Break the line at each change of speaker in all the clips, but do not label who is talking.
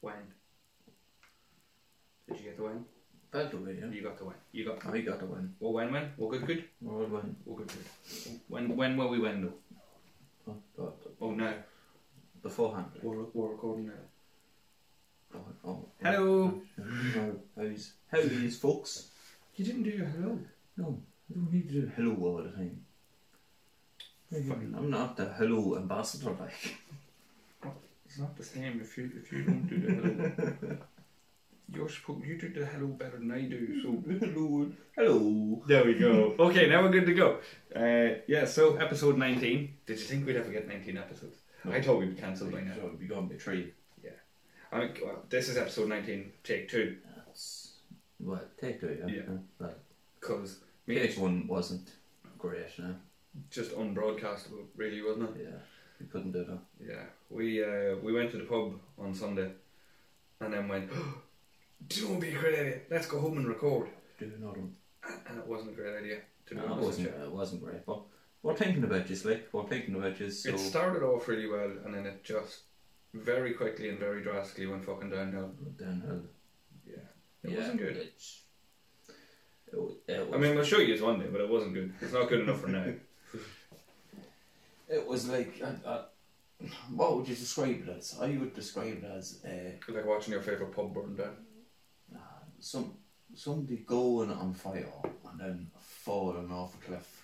When? Did you get the win?
That's okay, yeah.
You got the win. You got.
I got a win.
Well, when, when? Well, good, good.
Well, win.
Well, good, good. When, when were we when though?
But, but
Oh no,
beforehand.
we're, we're recording now.
Oh, oh,
Hello.
No, how's, how is folks?
You didn't do your hello.
No, I don't need to do hello all the time.
Fine.
I'm not the hello ambassador, like.
It's not the same if you if you don't do the hello. You're supposed you do the hello better than I do. So hello.
Hello.
There we go. Okay, now we're good to go. Uh, yeah. So episode 19. Did you think we'd ever get 19 episodes? I thought we'd cancel by now.
So it'll be gone by three.
I mean, well, this is episode 19, take two,
That's well, take two, yeah.
Yeah.
But
because me
page one wasn't great, no.
just unbroadcastable, really, wasn't it?
Yeah, we couldn't do that.
Yeah, we uh, we went to the pub on Sunday, and then went, "Don't be a great idea. Let's go home and record."
Do another one.
And it wasn't a great idea to be
No, it
honest. with
wasn't.
you.
It wasn't great, but we're thinking about you, Slick. We're thinking about you. So
It started off really well, and then it just very quickly and very drastically went fucking downhill.
downhill.
Yeah, it
yeah,
wasn't good.
It's, it, wa- it was,
I mean, we'll show you it's one day, but it wasn't good. It's not good enough for now.
it was like I, I, what would you describe it as? I would describe it as uh,
It's like watching your favorite pub burn down.
some somebody going on fire and then falling off a cliff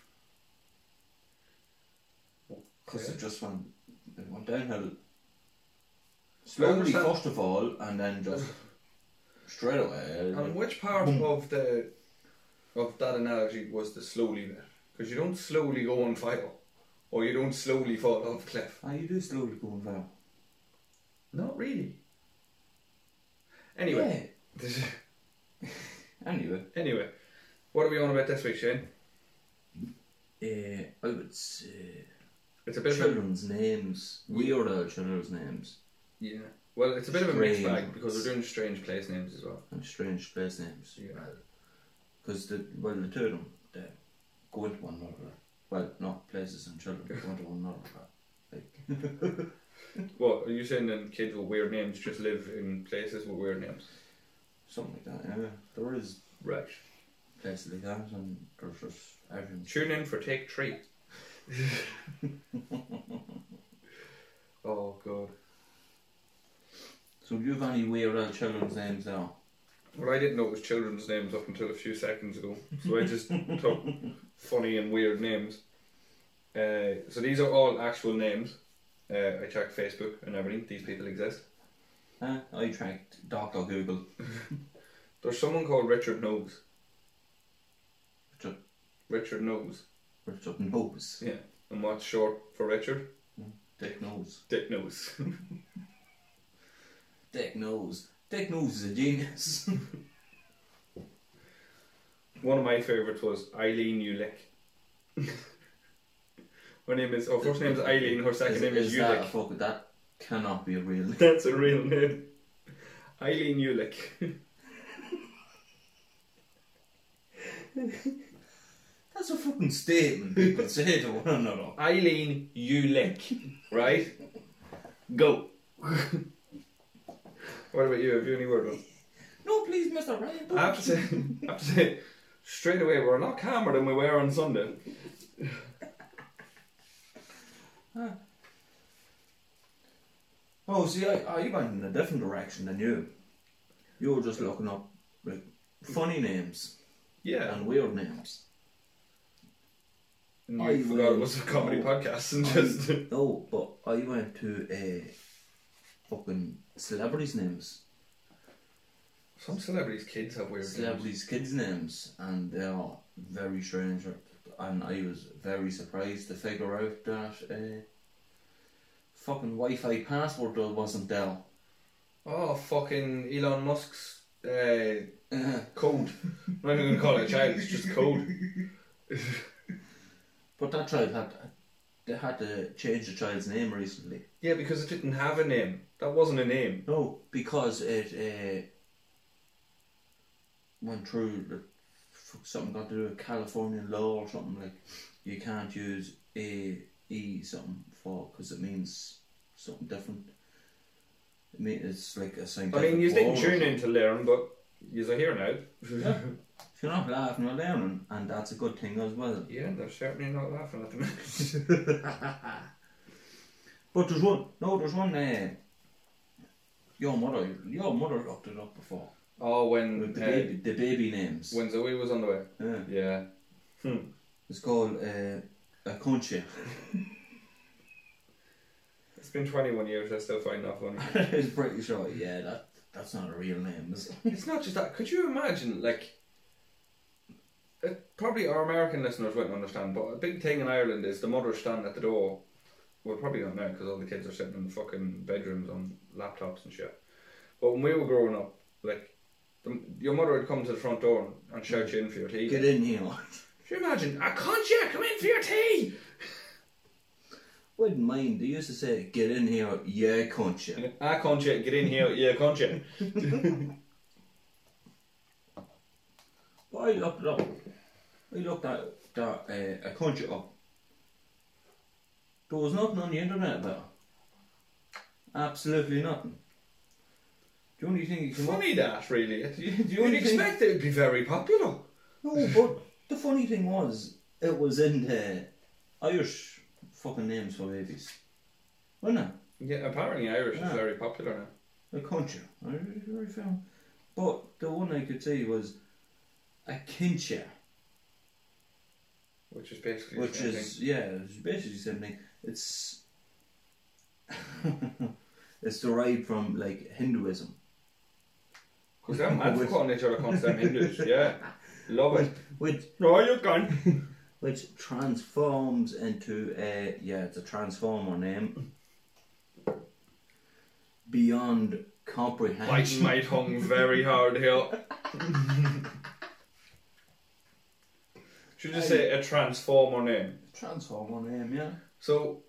because it just went it went downhill slowly
Understand-
first of all, and then just straight away.
And which part of the of that analogy was the slowly bit? Because you don't slowly go on fire, or you don't slowly fall off a cliff.
Ah, you do slowly go on fire.
Not really. Anyway,
Yeah. Anyway,
anyway, what are we on about this week, Shane?
uh, I would say
It's a bit of a,
children's names, weird old children's names,
yeah. Well, it's a bit of a mixed
Strange
bag because we're doing strange place names as well.
and strange place names.
Yeah.
Because the well, the two of them they go into one another. Well, not places and children go into one another. Like
What are you saying? Then kids with weird names just live in places with weird names,
something like that. Yeah, there is
right?
places like that, and there's just everything.
Tune in for take three. oh god.
So, do you have any weird old children's names now?
Well, I didn't know it was children's names up until a few seconds ago, so I just took funny and weird names. Uh, so these are all actual names. Uh, I checked Facebook and everything. These people exist.
Huh? I tracked Doctor Google.
There's someone called Richard Nose.
Richard.
Richard Nose.
Richard Nose.
Yeah. And what's short for Richard?
Dick Nose.
Dick Nose.
Dick Nose. Dick Nose is a genius.
One of my favourites was Eileen Ulick. her name is. Her first name is Eileen. Her second
Is-
name is
is that a
Ulick.
fuck, that cannot be a real name.
That's a real name. Eileen Ulick.
That's a fucking statement people say to one another.
Eileen Ulick. Right? Go. what about you? Have you any word on?
No, please, Mr. Ryan.
I have to say, I have to say, straight away, we're a lot calmer than we were on Sunday.
Oh, see, I, I went in a different direction than you. You were just looking up like funny names
Yeah.
and weird names.
And
I
you forgot it
will-
was a comedy
no.
podcast and just.
No, but I went to a fucking celebrities' names,
Some celebrities' kids have weird names.
celebrities' kids' names, and they are very strange. And I was very surprised to figure out that uh, fucking Wi-Fi password wasn't there.
Oh, fucking Elon Musk's uh,
Uh,
code. I'm not even going to call it a child, it's just code.
But that child had they had to change the child's name recently.
Yeah, because it didn't have a name. That wasn't a name.
No, because it uh, went through the, something got to do with California law or something like you can't use a e something for because it means something different. I mean, it's like a
I
scientific.
mean, you didn't
world or
tune
something.
in to learn, but you're here now.
If you're not laughing, you're learning, and that's a good thing as well.
yeah, they're certainly not laughing at the minute.
But there's one. No, there's one. Uh, your mother, your mother looked it up before.
oh,
With
when
the
uh,
baby, the baby names.
when Zoe was on the way.
Yeah.
Yeah.
It's called uh, a concha.
It's been 21 years, I still find that funny.
I was pretty sure. Yeah, that that's not a real name. Is it?
It's not just that. Could you imagine, like, uh, probably our American listeners wouldn't understand, but a big thing in Ireland is the mothers stand at the door. Well, probably not now because all the kids are sitting in the fucking bedrooms on laptops and shit. But when we were growing up, like, the, your mother would come to the front door and, and shout you in for your tea.
Get in here.
Could you imagine? I can't you come in for your tea?
Wouldn't mind. They used to say, "Get in here, yeah, concha."
I can't you get in here? Yeah, can't you?
But I looked it up. I looked at that uh, a concha up. There was nothing on the internet about. it. Absolutely nothing. The only thing you came up
Funny that, really.
you
You'd
only think-
expect it would be very popular.
No, but the funny thing was, it was in the Irish fucking names for babies. Wasn't it?
Yeah, apparently Irish is
Yeah.
very popular now.
The concha. I really found. But the one I could see was a kincha,
Which is basically the
which
same
is, yeah, it's basically the same thing. It's. it's derived from, like, Hinduism.
because they're mad for calling each other constant Hindus. Yeah, love it.
Which
No, you can't.
which transforms into a yeah, it's a transformer name. Beyond
Bites
comprehension.
my tongue very hard here. Should just say a transformer name.
Transformer name, yeah.
So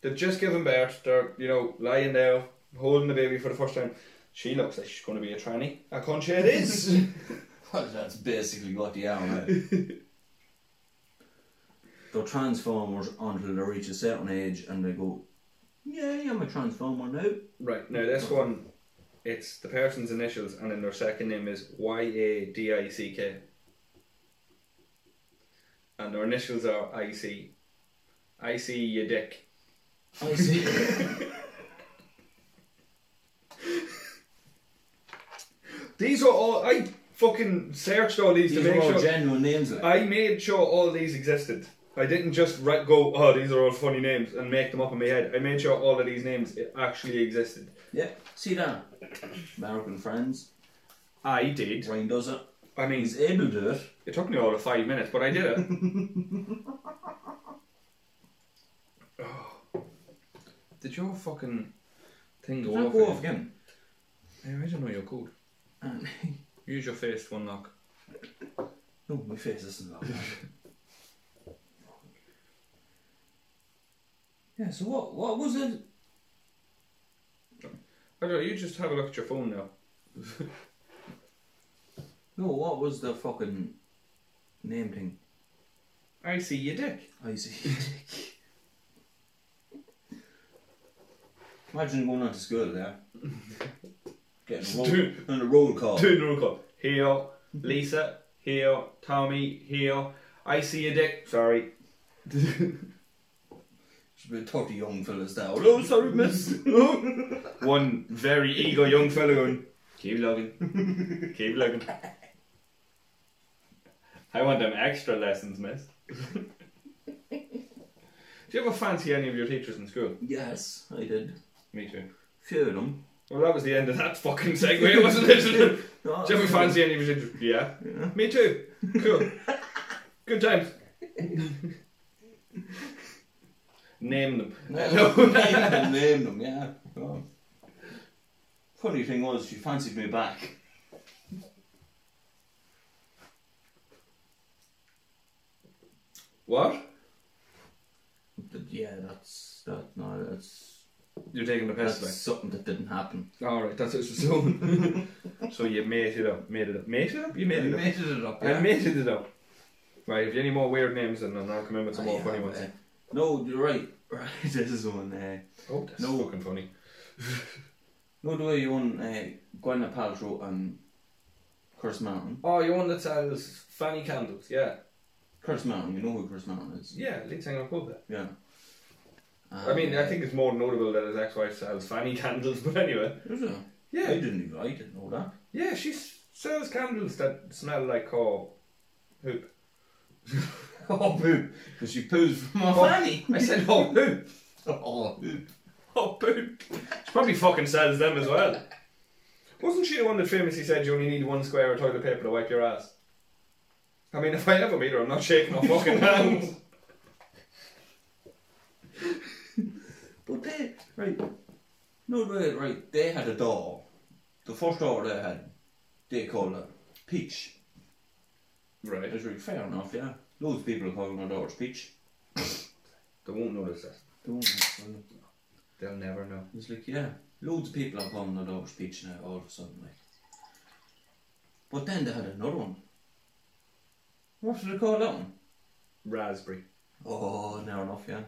they've just given birth. They're you know lying there holding the baby for the first time. She looks like she's going to be a tranny. A conch it is.
Well, that's basically what they are. Right? they're transformers until they reach a certain age, and they go, "Yeah, I'm a transformer now."
right now this one, it's the person's initials and then their second name is Y A D I C K, and their initials are I C. I see your dick.
I see.
These are all I fucking searched all these,
These
to
are
make
all
sure.
genuine names. Like.
I made sure all these existed. I didn't just re- go, oh, these are all funny names and make them up in my head. I made sure all of these names actually existed.
Yeah, see that. American friends.
I did.
Ryan does it.
I mean,
He's able to do it.
it took me all of five minutes, but I did it. Oh. Did your fucking thing go
Does
off?
that go
again?
off again?
Hey, I don't know your code. Use your face to unlock.
No, my face isn't that bad. yeah, so what what was it?
I don't know, you just have a look at your phone now.
No, what was the fucking name thing?
I see your dick.
I see. Imagine going on to school there. Getting rolled
Dude.
on a roll call.
Two in a row club. Here, Lisa, here, Tommy, here. I see your dick. Sorry.
Should be 30 young fellas there. Oh, sorry, miss.
One very eager young fellow going, keep looking, keep looking. I want them extra lessons, miss. Do you ever fancy any of your teachers in school?
yes, I did.
Me too.
Few of them.
Well, that was the end of that fucking segue, wasn't it? Do
No,
you ever fancy any of your teachers? Yeah.
Yeah.
Me too. Cool. Good times. Name them.
No, name them, name them, yeah. Oh. Funny thing was, she fancied me back.
What?
But yeah, that's that. No, that's
You're taking the
that's
piss, like.
something that didn't happen.
All right, that's what she's doing. so you made it up, made it up, made it up. You made
I
it up.
made it up.
I made it up. Right, if you any more weird names, then I'll come in with some more
I
funny
have,
ones.
uh, no, you're right. Right, this is one. Uh,
Oh, that's
no.
fucking funny.
No, the way you won uh, Gwyneth Paltrow and Chris um, Mountain.
Oh, you're one that sells fanny candles. Yeah.
Chris Mountain, you know who Chris Mountain is.
Yeah, Leeds Hangout Pub. That.
Yeah.
I mean,
Um,
I think it's more notable that his ex-wife sells fanny candles, but anyway.
Is it? I
Yeah.
didn't even, I didn't know that.
Yeah, she s- sells candles that smell like her poop.
Oh, poop. Because she poos from my
Oh.
fanny.
I said her poop.
Oh, poop.
Her poop. She probably fucking sells them as well. Wasn't she the one that famously said you only need one square of toilet paper to wipe your ass? I mean, if I ever meet her, I'm not shaking her fucking hand.
But they, right, no, they, right, they had a door. The first door they had, they called it Peach. It
Right.
was really fair enough, yeah. Loads of people calling their daughters Peach.
They won't notice that.
Don't know.
They'll never know.
It's like, yeah, loads of people are calling their daughters Peach now all of a sudden, like. But then they had another one. What did they call that one?
Raspberry. Ah.
Oh, now enough, yeah.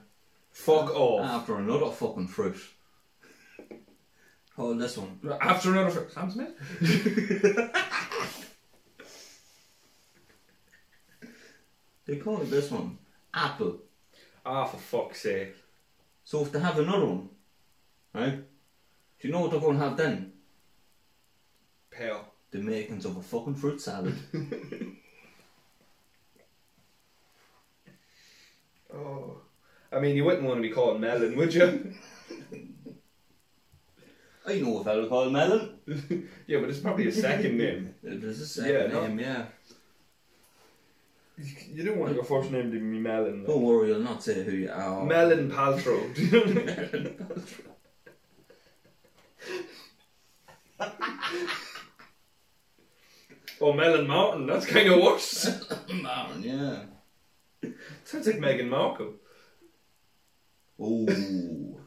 Fuck off.
After another fucking fruit. Call this one.
After another fr- Sam Smith?
They call this one apple.
Ah, for fuck's sake.
So if they have another one, right? Do you know what they're going to have then?
Pale.
The makings of a fucking fruit salad.
Oh. I mean, you wouldn't want to be called melon, would you?
I know a fella called melon.
yeah, but it's probably a second name.
It is a
Yeah,
second
no.
name, yeah.
You don't want your first name to be melon.
Don't worry, I'll not say who you are.
Oh. Melon Paltrow. Do you know what I mean? oh, Melon Martin. That's kind of worse.
Melon, yeah.
Sounds like Meghan Markle.
Oh.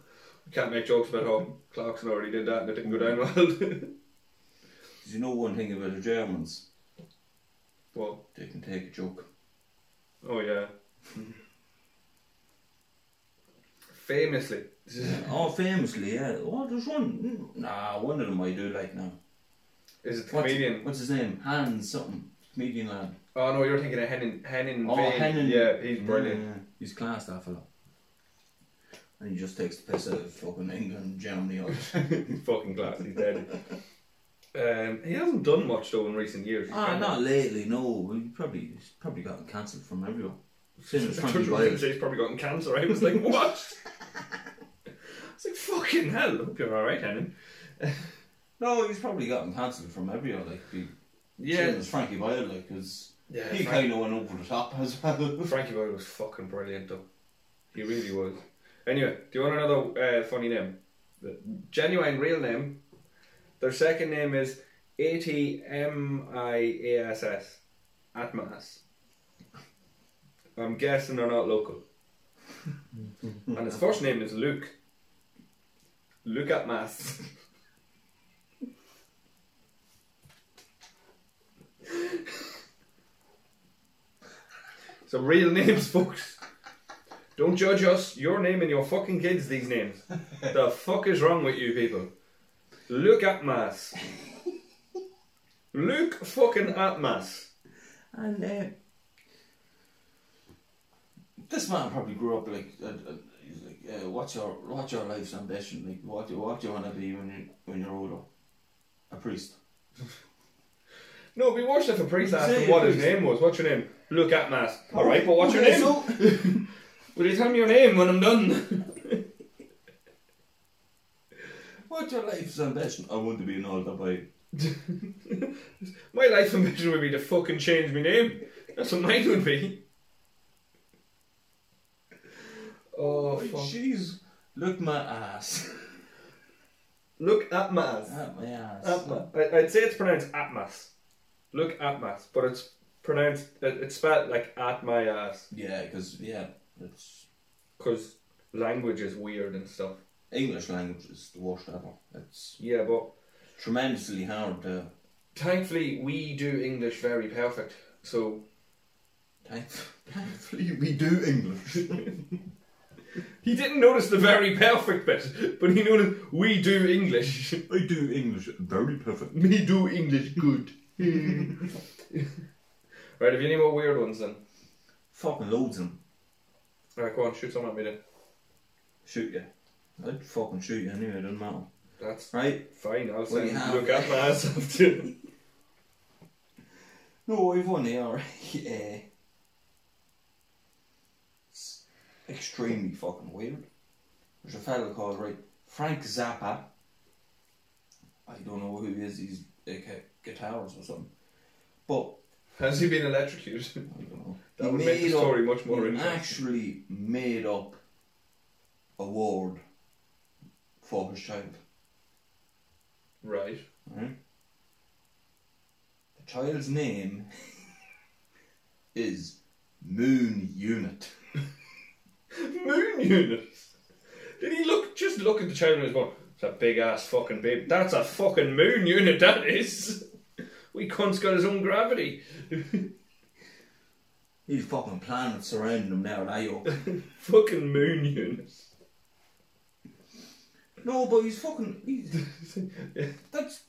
Can't make jokes about how Clarkson already did that and it didn't go down well.
Did you know one thing about the Germans?
well,
They can take a joke.
oh yeah. Famously.
oh, famously, yeah. Oh, there's one. Nah, one of them I do like now.
Is it the
What's-
comedian?
What's his name? Hans something. Comedian lad.
Oh no, you're thinking of Henin. Henin.
Oh,
Vane.
Henan.
Yeah, he's brilliant.
Yeah, he's class, that fella. And he just takes the piss out of fucking England, Germany, all this.
he's fucking class. He's dead. um, he hasn't done much though in recent years. He's
Ah,
kinda-
not lately, no. He probably, he's probably gotten cancelled from everyone. Same as
I thought
Frankie
you were gonna
Wild.
say he's probably gotten cancer. I was like, what? I was like, fucking hell. I hope you're all right, Henin.
No, he's probably gotten cancelled from everyone, like, he, same as Frankie Wild, like, 'cause
Yeah.
he
Frank-
kind of went over the top as well.
Frankie Boyle was fucking brilliant though. He really was. Anyway, do you want another uh, funny name? The genuine real name. Their second name is A T M I A S S. Atmas. I'm guessing they're not local. and his first name is Luke. Luke Atmas. So real names, folks. Don't judge us. Your name and your fucking kids. These names. the fuck is wrong with you people? Luke Atmas. Luke fucking Atmas.
And uh, this man probably grew up like, uh, uh, he's like uh, what's your what's your life's ambition? Like, what do what do you want to be when you when you're older? A priest.
No, it'd be worse if a priest asked
Say
him
it,
what his
please.
name was. What's your name? Luke Atmas. All right, but what's your
Oh, Okay,
name?
so-
Will you tell me your name when I'm done?
what's your life's ambition? I want to be an older boy.
My life ambition would be to fucking change my name. That's what mine would be. Oh fuck!
Jeez, look my ass.
Look Atmas.
At my ass.
Atma. I- I'd say it's pronounced Atmas. Look Atmas, but it's pronounced. it- It's spelled like at my ass
Yeah, because yeah, it's
because language is weird and stuff.
English language is the worst ever. It's
Yeah, but
tremendously hard. To,
thankfully we do English very perfect. So
thankfully, we do English.
He didn't notice the very perfect bit, but he noticed we do English.
I do English very perfect.
Me do English good. right, have you any more weird ones then?
Fucking loads of them.
Right, go on, shoot some at me then.
Shoot you. I'd fucking shoot you anyway, it doesn't matter.
That's
Right?
fine, I'll
Well,
say
you have.
look at my ass after you.
No, I've one here, right? Yeah. It's extremely fucking weird. There's a fella called, right, Frank Zappa. I don't know who he is, he's a gu- guitarist or something. But,
Has he been electrocuted?
I don't know.
That
He
would make the
made up-
story much more
he
interesting.
actually made up a word for his child.
Right.
Right? The child's name is Moon Unit.
Moon unit. Did he look just look at the child and was going, it's a big ass fucking baby. That's a fucking moon unit, that is. We cunt's got his own gravity.
These fucking planets surrounding him now, they all.
fucking moon unit.
no, but he's fucking. He's, that's.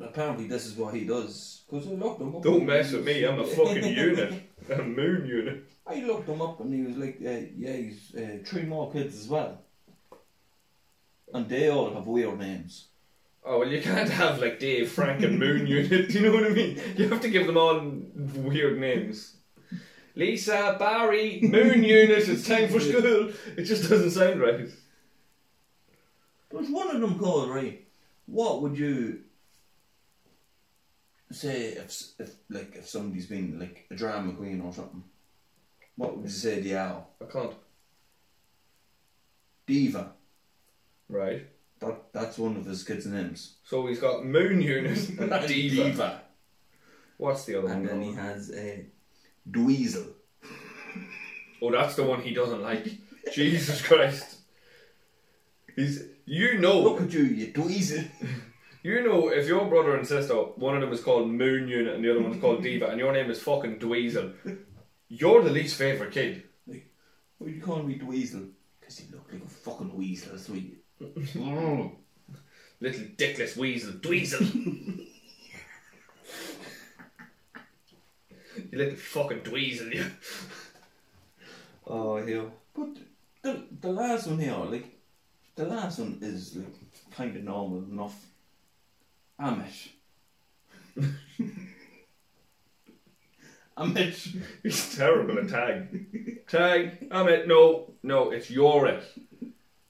Apparently, this is what he does. Because I looked him up.
Don't
and
mess
he
with
was-
me, I'm a fucking unit. A moon unit.
I looked him up and he was like, uh, yeah, he's uh, three more kids as well. And they all have weird names.
Oh well, you can't have like Dave, Frank, and Moon Unit. Do you know what I mean? You have to give them all weird names. Lisa, Barry, Moon Unit. It's time for school. It just doesn't sound right.
There's one of them called, right? What would you say if, s- if like, if somebody's been, like, a drama queen or something? What would you say they are?
I can't.
Diva.
Right.
That, that's one of his kids' names.
So he's got Moon Unit, and
A
Diva. What's the other
And
one?
then he has a Dweezil.
Oh, that's the one he doesn't like. Jesus Christ. He's. You know.
Look at you, you Dweezil.
You know, if your brother and sister, one of them is called Moon Unit and the other one's called Diva, and your name is fucking Dweezil, you're the least favourite kid.
Like, why you calling me Dweezil? Because you look like a fucking weasel, that's what you. Mm.
Little dickless weasel, Dweezil. you little fucking Dweezil, you. Oh, hell.
But the the last one here, like the last one is like kind of normal enough. Amish. Amish.
He's terrible at tag. Tag, I'm it. No, no, it's your it.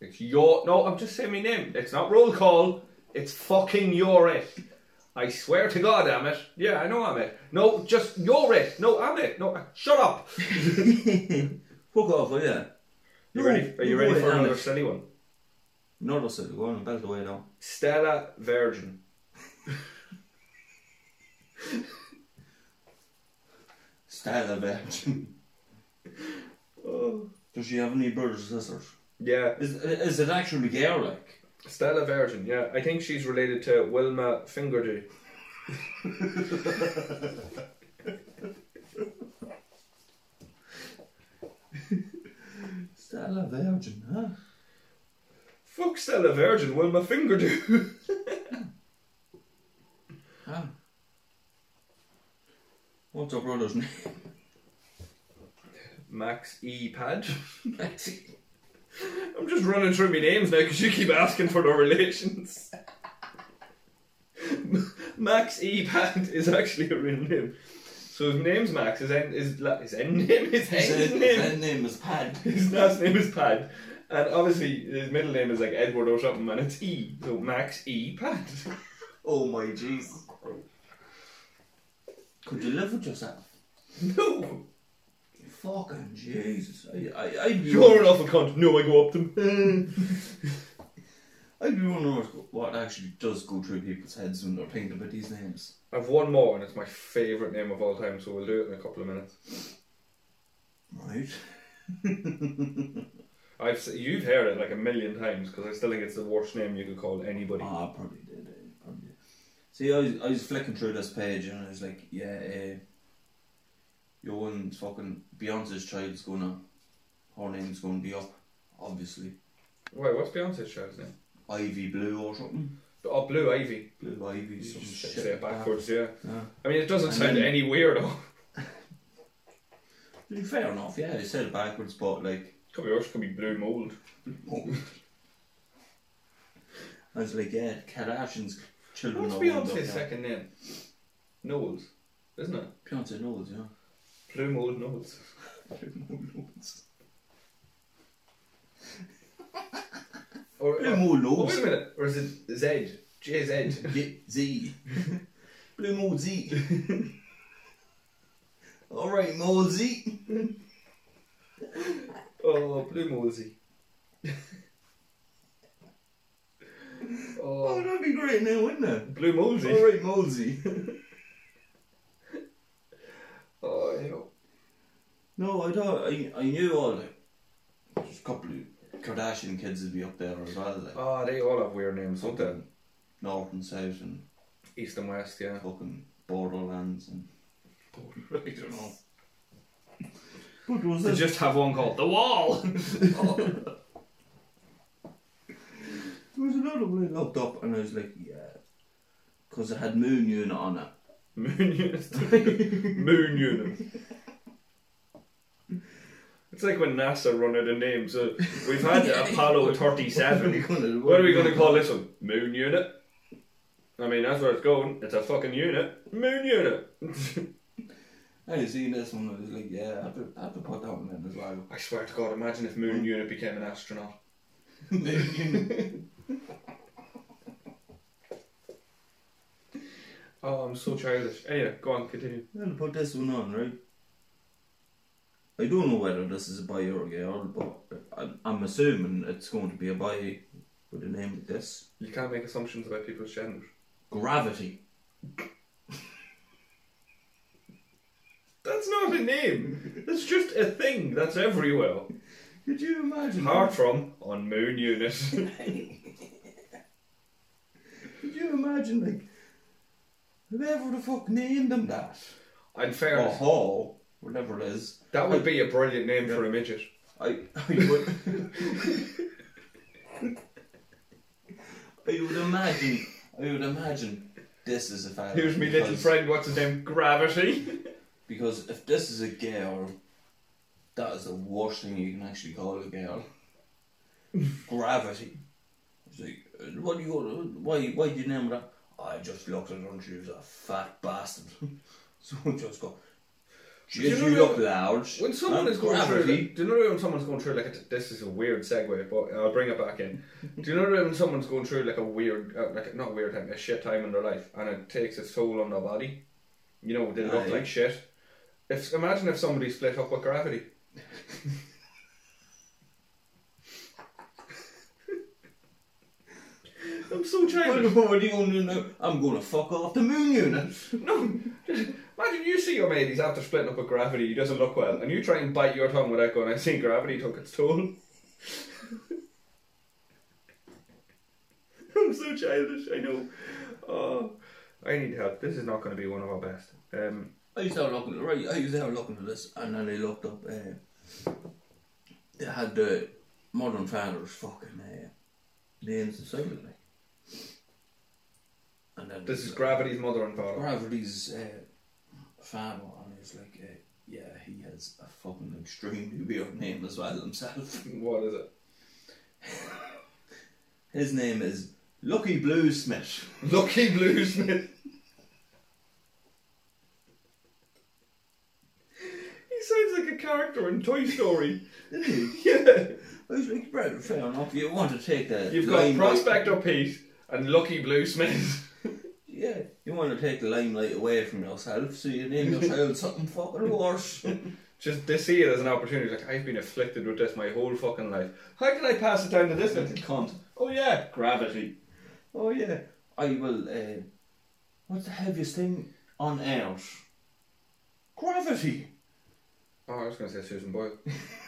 It's your. No, I'm just saying my name. It's not roll call. It's fucking your it. I swear to God, I'm it. Yeah, I know I'm it. No, just your it. No, I'm it. No, uh, shut up.
Fuck off, will ya?
You
No,
ready? Are you
no
ready
way,
for another
Amish.
silly one?
Not us, go on and belt away now.
Stella Virgin.
Style of virgin.
Oh.
Does she have any brothers or sisters?
Yeah,
Is, is it actually girl like?
Stella Virgin. Yeah, I think she's related to Wilma Fingerdew.
Stella Virgin, huh?
Fuck Stella Virgin, Wilma Fingerdew.
Huh? What's her brother's name?
Max E. Pad.
Betsy.
I'm just running through my names now because you keep asking for the relations. Max E. Pad is actually a real name. So his name's Max. His end, his, la- his end name, his
His
end
his
name,
end name is Pad.
his last name is Pad, and obviously his middle name is like Edward or something, and it's E. So Max E. Pad.
Oh my Jesus. Could you live with yourself?
No,
Fucking Jesus. I, I, I'd, be
you're an awful cunt. No, I go up them.
I'd be wondering what- what actually does go through people's heads when they're thinking about these names.
I've one more, and it's my favourite name of all time. So we'll do it in a couple of minutes.
Right?
I've s- you've heard it like a million times because I still think it's the worst name you could call anybody.
Ah, I probably did. I probably did. See, I was, I was flicking through this page and I was like, yeah, uh, your one's fucking Beyonce's child's gonna, her name's gonna be up obviously.
Wait, what's Beyonce's child's name?
Ivy Blue or something.
Oh, Blue Ivy.
Blue Ivy,
You
some
just
shit.
say it
like that.
backwards, yeah.
Yeah.
I mean, it doesn't
And
sound
then-
any weird. though.
To be Fair enough, yeah, they said it backwards, but like,
Could be Irish, could be Blue Mold.
I was like, yeah, Kardashian's children
What's
are wound
Beyonce's
up,
second name? Knowles, isn't it?
yeah. Beyonce knows, yeah.
Blue Mold Knowles.
Blue knows.
Or,
Blue
or-
Moon
oh, wait a
knows.
minute, or is it Z? JZ?
Ye- Z. Blue Moon Z. Alright, Mold Z.
Oh, Blue Molesy.
Oh,
oh,
that'd be great now, wouldn't it?
Blue Molesy.
Alright, Molesy.
Oh, yeah.
no, I don't. I, I knew all the. There's a couple of Kardashian kids would be up there as well. Like,
Ah, they all have weird names, don't they?
North and South and
East and West, yeah.
fucking Borderlands and. I don't know. But was
They
it?
just have one called The Wall.
There was another one I looked up and I was like, yeah. Because it had Moon Unit on it.
Moon Unit. Moon Unit. It's like when NASA run out of names. So we've had Apollo 37. What are we going to call this one? Moon Unit? I mean, that's where it's going. It's a fucking unit. Moon Unit.
I seen this one. I was like, yeah, I have to, I have to put that one in as well.
I swear to God, imagine if Moon Unit became an astronaut.
Moon Unit.
Oh, I'm so childish. Anyway, go on, continue.
I'll put this one on, right? I don't know whether this is a boy or a girl, but I'm, I'm assuming it's going to be a boy with the name of this.
You can't make assumptions about people's gender.
Gravity.
That's not a name. That's just a thing that's everywhere.
Could you imagine?
Apart from on Moon Unit.
Could you imagine, like, whoever the fuck named them that?
and fair,
Or Hall, whatever it is.
that would be a brilliant name for a midget.
I, I would. I would imagine. I would imagine this is a fella.
Here's my little
because-
friend, what's his name? Gravity.
Because if this is a girl, that is the worst thing you can actually call a girl. Gravity. It's like, uh, what do you call it? Why, why did you name her that? I just looked at her and she was a fat bastard. so I just go,
you
Jeez,
know
you look
that-
large.
When someone
and
is going through,
Um, gravity.
like, do you know when someone's going through like a, this is a weird segue, but I'll bring it back in. do you know when someone's going through like a weird, uh, like not weird time, a shit time in their life, and it takes its toll on their body? You know, they look
Aye.
like shit. If imagine if somebody split up with gravity. I'm so
What
childish.
the fuck are you gonna do now? I'm gonna fuck off the moon unit.
No, imagine you see your mateys after splitting up with gravity, he doesn't look well, and you try and bite your tongue without going, I think gravity took its toll. I'm so childish, I know. Oh, I need help. This is not going to be one of our best. Um,
I started looking right. I started looking at this, and then I looked up. Uh, they had the modern fathers fucking uh, names and something like. And then
this is gravity's mother and father.
gravity's uh, father, and it's like, uh, yeah, he has a fucking extremely weird name as well himself.
What is it?
His name is Lucky Blue Smith.
Lucky Bluesmith. he sounds like a character in Toy Story. yeah.
I was like, right, fair enough. You want to take the
You've got
limelight-
Prospector Pete and Lucky Blue Smith.
Yeah, you want to take the limelight away from yourself, so you name your child something fucking worse.
Just they see it as an opportunity. Like I've been afflicted with this my whole fucking life. How can I pass it down to this little cunt? Oh yeah, gravity.
oh yeah, I will. Uh, what's the heaviest thing on earth? Gravity.
Oh, I was gonna say Susan Boyle.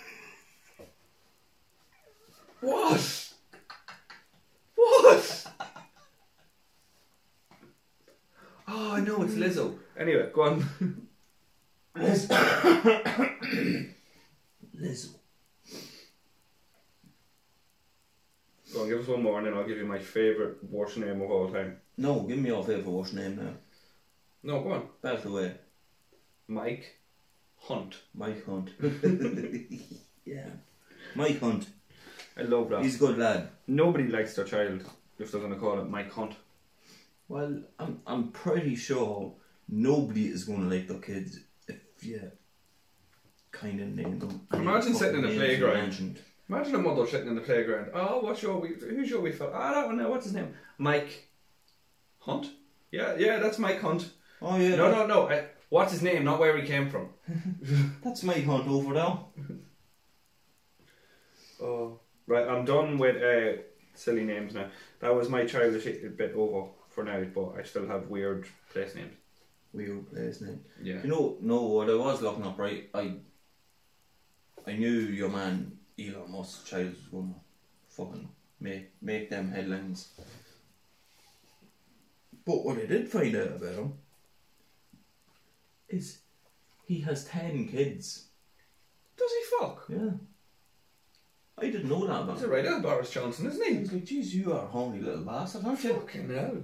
What?
what? Oh, I know it's Lizzo. Anyway, go on.
Liz. Lizzo.
Go on, give us one more, and then I'll give you my favourite worst name of all time.
No, give me your favourite worst name now.
No, go on.
By the way,
Mike Hunt.
Mike Hunt. yeah. Mike Hunt.
I love that.
He's a good lad.
Nobody likes their child if they're going to call it Mike Hunt.
Well, I'm I'm pretty sure nobody is going to like their kids if you kind of name them.
Imagine sitting in a
Fucking names
playground.
you mentioned.
Imagine a mother sitting in the playground. Oh, what's your wee? Who's your wee fella? Ah, that one there. What's his name? Mike Hunt. Yeah, yeah, that's Mike Hunt.
Oh yeah,
No, no, no. Uh, what's his name? Not where he came from.
that's Mike Hunt over there.
Oh, right. I'm done with uh, silly names now. That was my childish bit over for now, but I still have weird place names.
Weird place name.
Yeah.
You know, no, what I was looking up, right? I I knew your man Elon Musk's child was gonna fucking make make them headlines. But what I did find out about him is he has ten kids.
Does he fuck?
Yeah. I didn't know that about
He's a
him.
right out Boris Johnson,
I
isn't
was like, geez, you are a horny little bastard, aren't
he?
you?
Fucking hell.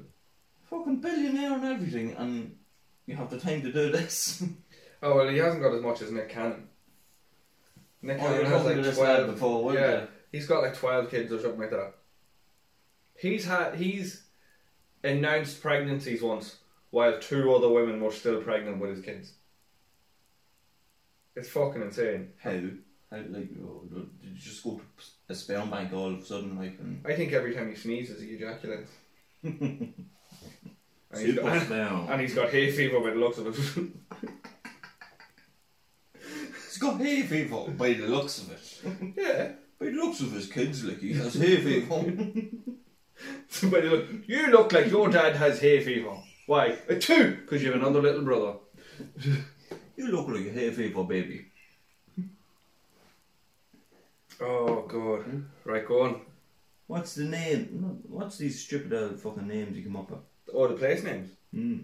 Fucking billionaire and everything, and you have the time to do this.
Oh well, he hasn't got as much as Nick Cannon. Nick
Oh, you
Cannon
were
has
talking to
like
this lad
twelve.
before, weren't
yeah,
you?
he's got like twelve kids or something like that. He's had he's announced pregnancies once, while two other women were still pregnant with his kids. It's fucking insane.
How? How like oh, did you just go to a sperm bank all of a sudden like and
I think every time he sneezes, he ejaculates. and, he's
super
got,
sperm?
and he's got hay fever by the looks of it.
He's got hay fever by the looks of it.
yeah.
By the looks of his kids, like he has hay fever.
Somebody look, you look like your dad has hay fever. Why? Uh, two, because you have another little brother.
you look like a hay fever baby.
Oh god. Right, go on.
What's the name? no, What's these stupid old fucking names you come up with?
Oh, the place names.
Hmm.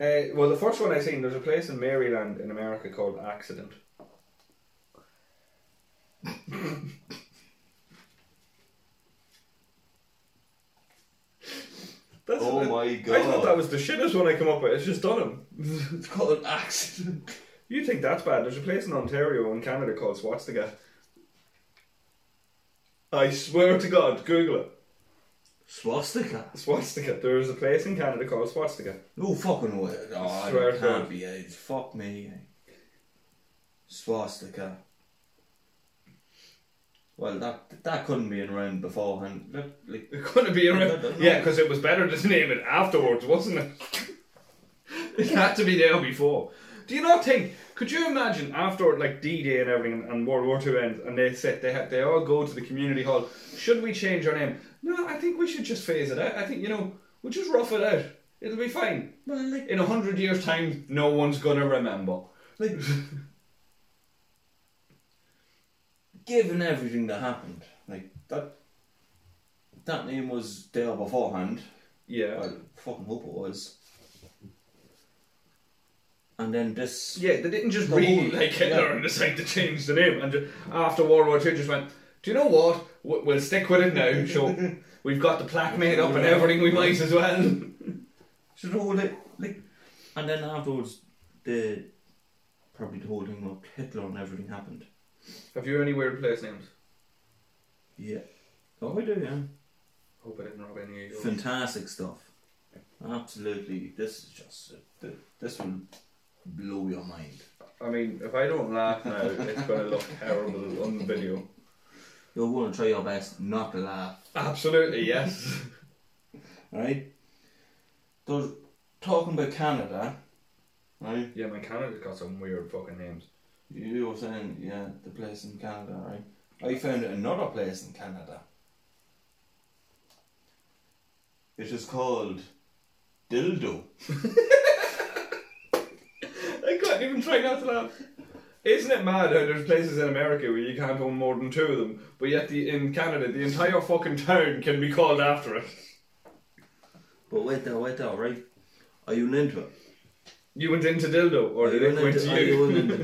Uh, well, the first one I seen, there's a place in Maryland in America called Accident. That's
Oh
it.
my
I thought
God.
that was the shittest one I come up with. It's just Dunham.
It's called an accident.
You think that's bad? There's a place in Ontario in Canada called Swatstaga. I swear to God, Google it.
Swastika?
Swastika. There is a place in Canada called Swastika.
No fucking way. Oh,
Swear
it
to
can't
God.
be. eh, Fuck me. eh. Swastika. Well, that that couldn't be in round beforehand. That, like,
It couldn't be
I don't
around.
know.
Yeah, because it was better to name it afterwards, wasn't it? it had to be there before. Do you not think? Could you imagine after like D Day and everything and World War Two ends, and they sit, they ha- they all go to the community hall. Should we change our name? No, I think we should just phase it out. I think you know we'll just rough it out. It'll be fine.
well, like,
In a hundred years' time, no one's gonna remember.
like given everything that happened, like that that name was there beforehand.
Yeah.
I fucking hope it was. And then this
Yeah, they didn't just
The
really
whole-
like Hitler
yeah.
and decide to change the name. And ju- after World War Two, just went. Do you know what? W- We'll stick with it now. So we've got the plaque made up and everything. We might as well.
So the whole like, like, and then afterwards, the probably the whole thing with Hitler and everything happened.
Have you any weird place names?
Yeah. Oh, I do, yeah.
Hope I didn't rob any of yours.
Fantastic stuff. Absolutely. This is just uh, th- this will blow your mind.
I mean, if I don't laugh now, it's going to look terrible on the video.
You're going to try your best not to laugh.
Absolutely, yes.
Right. There's talking about Canada. Right.
Yeah, man, Canada's got some weird fucking names.
You were saying yeah, the place in Canada, right? I found another place in Canada. It is called Dildo.
I can't even try not to laugh. Isn't it mad how there's places in America where you can't own more than two of them, but yet the, in Canada the entire fucking town can be called after it?
But wait there, wait there, right? Are you into it?
You went into dildo, or
are
did
you
it go into
Are you
you?
into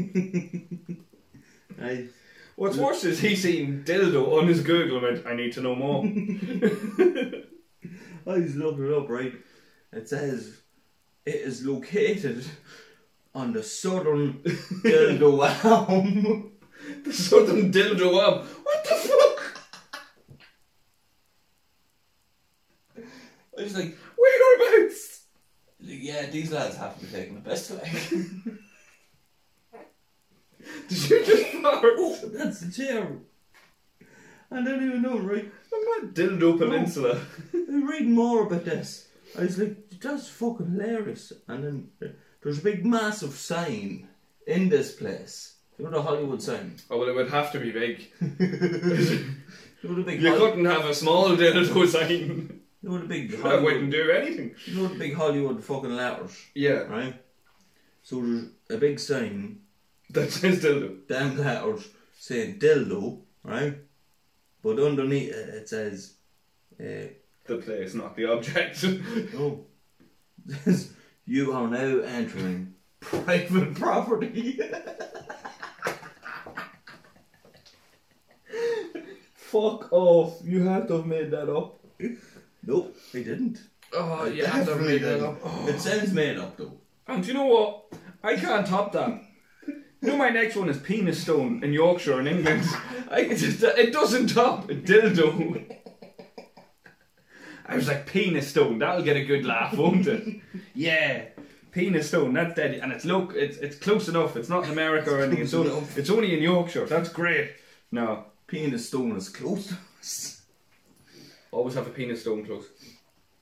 dildo? Yeah. right.
What's worse is he seen dildo on his Google and went, I need to know more.
I was looking it up, right? It says it is located on the southern dildo arm.
the southern dildo up. What the fuck?
I was like,
Whereabouts?
yeah, these lads have to be taking the best like.
Did you just fart?
oh, that's the chair. I don't even know, right?
I'm not dildo peninsula.
I'm reading more about this. I was like, that's fucking hilarious. And then uh, there's a big massive sign in this place. You know the Hollywood sign?
Oh well, it would have to be big.
You know the big,
You
Hol-
couldn't have a small dildo sign.
you know the big
That wouldn't
Hollywood,
do anything.
you know the big Hollywood fucking letters,
Yeah,
right? So there's a big sign
that says dildo.
down letters saying dildo, right? But underneath it, it says, uh,
The place, not the object.
oh, says, you are now entering private property.
Fuck off! Oh, You have to have made that up.
nope, they didn't.
Oh,
They
you have to have made that
definitely
up. Oh.
didn't. It sounds made up though.
And do you know what? I can't top that. You know my next one is penis stone in Yorkshire in England. I, it doesn't top dildo. I was like penis stone. That'll get a good laugh, won't it? Yeah, penis stone. That's dead, and it's look. It's it's close enough. It's not in America or anything. It's,
close
only-
enough.
it's only in Yorkshire. That's great. No,
Penis stone is close to us.
always have a penis stone close.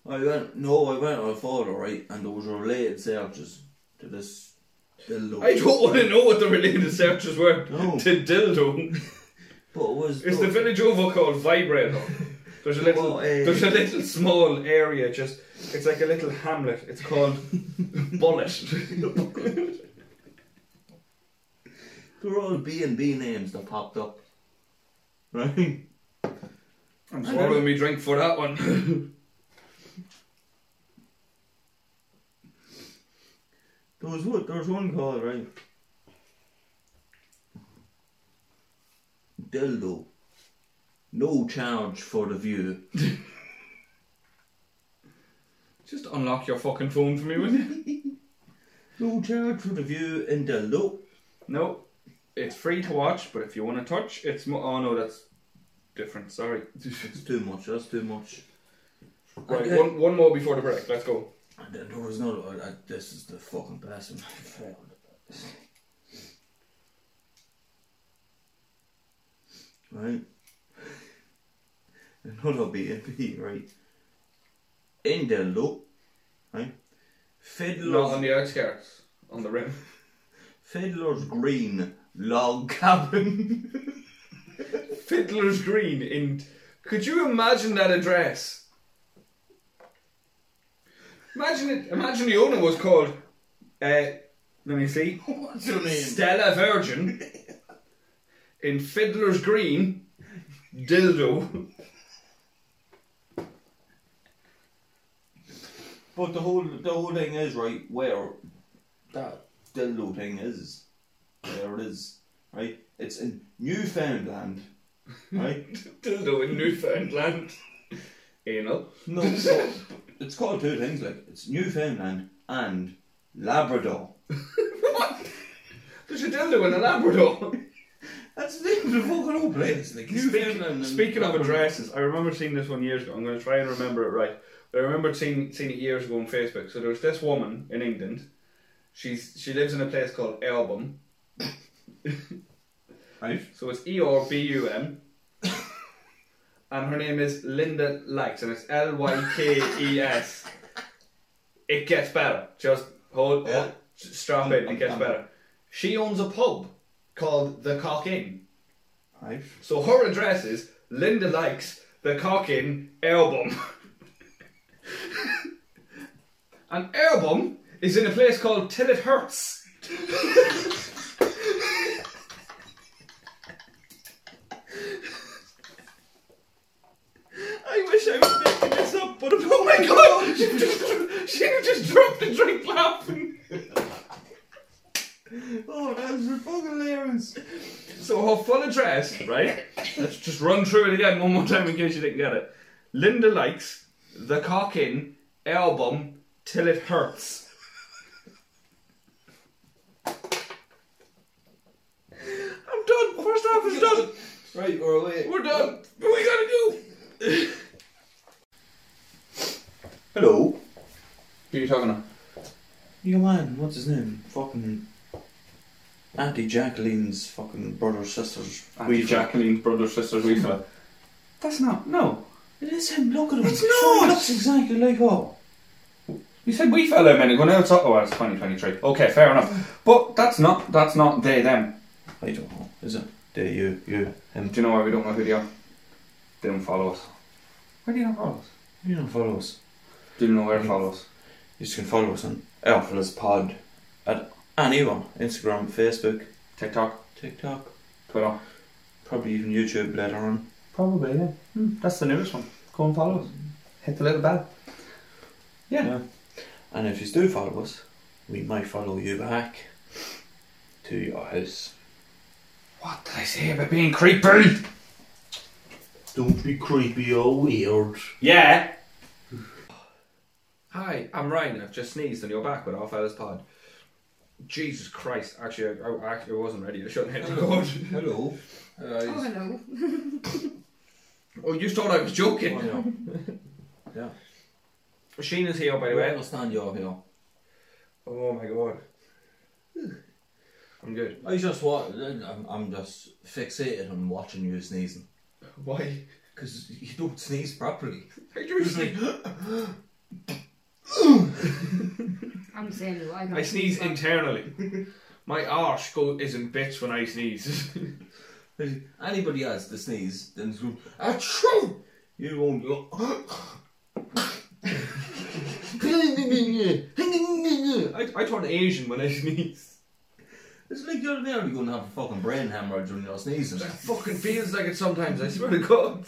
I went, no, I went on a photo, right? And there was related searches to this dildo.
I don't want to know what the related searches were
No.
to dildo.
But it was.
It's the village over called Vibrator. There's a little,
Well, eh.
there's a little small area. Just, it's like a little hamlet. It's called Bullet.
They're all B and B names that popped up, right?
I'm swallowing me drink for that one.
There was one, there was one called right. Dildo. No charge for the view.
just unlock your fucking phone for me, will you?
No charge for the view in dildo.
No, it's free to watch, but if you want to touch, it's more. Oh no, that's different. Sorry.
It's too much. That's too much.
Right,
Okay.
one, one more before the break. Let's go.
And then there was another. one, I, this is the fucking best one I found. Right. Another BMP, right? In the loop,
Not
right?
on
Fiddler's,
the outskirts, on the rim.
Fiddler's Green log cabin.
Fiddler's Green in. Could you imagine that address? Imagine it. Imagine the owner was called. Uh, let me see.
What's your
Stella Virgin in Fiddler's Green, dildo.
But the whole the whole thing is right where that dildo thing is. There it is, right? It's in Newfoundland, right?
dildo in Newfoundland. Anal.
no, so it's called two things like it's Newfoundland and Labrador.
There's a dildo in a Labrador.
That's the name of the fucking whole place. Like
Speaking,
and
speaking of
Labrador.
addresses, I remember seeing this one years ago. I'm going to try and remember it right. But I remember seeing seeing it years ago on Facebook. So there's this woman in England. She's she lives in a place called Elbum.
right?
So it's E R B U M. And her name is Linda Likes, and it's L Y K E S. It gets better. Just hold,
Yeah.
hold strap in. It gets better. She owns a pub called the Cock Inn.
Right.
So her address is Linda likes the cocking album. An album is in a place called Till It Hurts. I wish I was making this up, but oh my god, she just, she just dropped the drink laughing.
Oh, that's fucking hilarious.
So her full address says, right? Let's just run through it again one more time in case you didn't get it. Linda likes the Cockin album till it hurts. I'm done. First half is done.
Right, we're away.
We're done. We gotta go.
Hello.
Who are you talking to?
Your man, what's his name? Fucking. Auntie Jacqueline's fucking brother, sisters.
We Jacqueline's brother, sister, we fella. That's not. No.
It is him, look at him.
It's
Sure,
not.
He looks exactly like her. Oh,
You said we fella a minute ago. Now it's oh, well, it's 2023. Okay, fair enough. But that's not. That's not they them.
I don't know, is it? They, you, you, him.
Do you know why we don't know who they are? They don't follow us. Why do you not follow us?
You don't follow us.
Do you know where to follow us?
You just can follow us on Alpha's Pod at anyone Instagram, Facebook,
TikTok,
TikTok,
Twitter.
probably even YouTube later on.
Probably, yeah. that's the newest one. Go and follow us. Hit the little bell. Yeah.
And if you do follow us, we might follow you back to your house.
What did I say about being creepy?
Don't be creepy or weird.
Yeah. Hi, I'm Ryan. I've just sneezed on your back with our fellas pod. Jesus Christ! Actually, I, I actually wasn't ready. I shouldn't hit record.
Hello.
Oh, hello.
Oh, you thought I was joking. Sheena's here, by the
I
way.
understand you're here.
Oh my god. I'm good.
I just want. I'm, I'm just fixated on watching you sneezing.
Why?
Because you don't sneeze properly.
I usually
I'm saying I
I sneeze internally. My arse go is in bits when I sneeze.
Anybody else to sneeze, then it's going, Achoo! You won't go,
I, I turn Asian when I sneeze.
It's like you're nearly going to have a fucking brain hemorrhage when you're sneezing.
It fucking feels like it sometimes, I swear to God.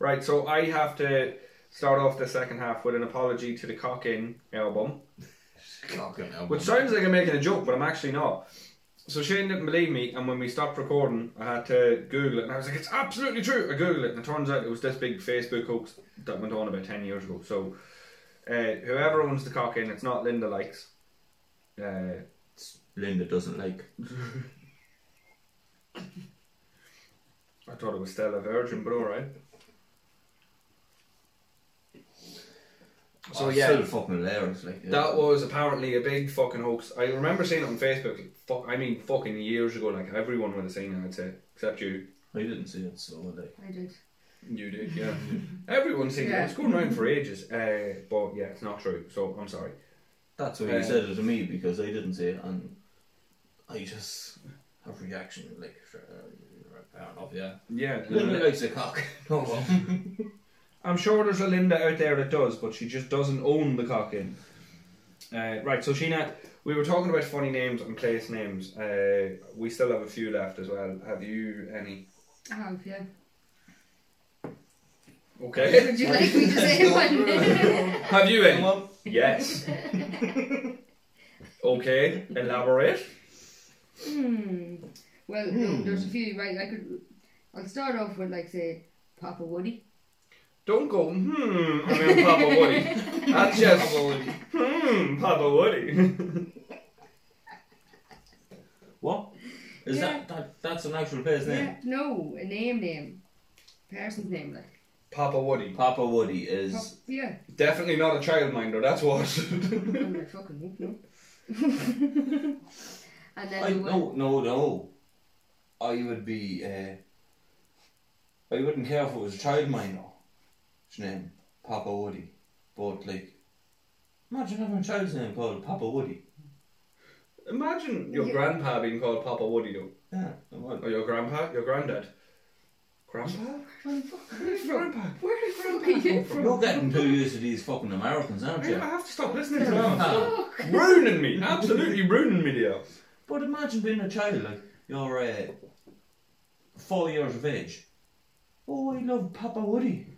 Right, so I have to start off the second half with an apology to the cocking album.
Fucking hell.
Which sounds like I'm making a joke, but I'm actually not. So Shane didn't believe me, and when we stopped recording, I had to Google it, and I was like, "It's absolutely true." I googled it, and it turns out it was this big Facebook hoax that went on about ten years ago. So uh, whoever owns the cock in, it's not Linda likes. Uh,
Linda doesn't like.
I thought it was Stella Virgin, but all right. So
Oh, it's
yeah,
Still fucking hilarious. Like, yeah.
That was apparently a big fucking hoax. I remember seeing it on Facebook. like, Fuck, I mean, fucking years ago. Like everyone would have seen it. I'd say, except you.
I didn't see it, so like.
I did.
You did, yeah. Everyone's seen it.
Yeah.
It's going around for ages. Uh, but yeah, it's not true. So I'm sorry.
That's why
Uh,
you said it to me because I didn't see it, and I just have reaction like fair fair enough, yeah.
Yeah,
Linda likes a cock. No, well.
I'm sure there's a Linda out there that does, but she just doesn't own the cock in. Uh, right, so Sheena, we were talking about funny names and place names. Uh, we still have a few left as well. Have you any?
I have, yeah.
Okay.
Would you like me to say one?
have you any? Yes. okay. Elaborate.
hmm. Well,
Hmm.
no, there's a few, right? I could. I'll start off with, like, say, Papa Woody.
Don't go, hmm, I mean Papa Woody. That's just, hmm, Papa Woody.
What? Is
Yeah.
that, that that's an actual player's name?
Yeah, no, a name, name. Person's name, like.
Papa Woody.
Papa Woody is
Pop, yeah.
Definitely not a childminder, that's what.
I'm like, fucking hope, no. and then
I,
the one-
no no no. I would be uh, I wouldn't care if it was a child minor. His name, Papa Woody. But like imagine having a child's name called Papa Woody.
Imagine your
Yeah.
grandpa being called Papa Woody, though.
Yeah, I would.
Or your grandpa, your granddad. Grandpa? grandpa? Where did
Where
grandpa
did
come
you-
You're
from?
getting too used to these fucking Americans, aren't
I
you?
have to stop listening to them.
Ah.
Fuck.
ruining me, absolutely ruining me, dear.
But imagine being a child, like you're uh, four years of age. Oh, I love Papa Woody.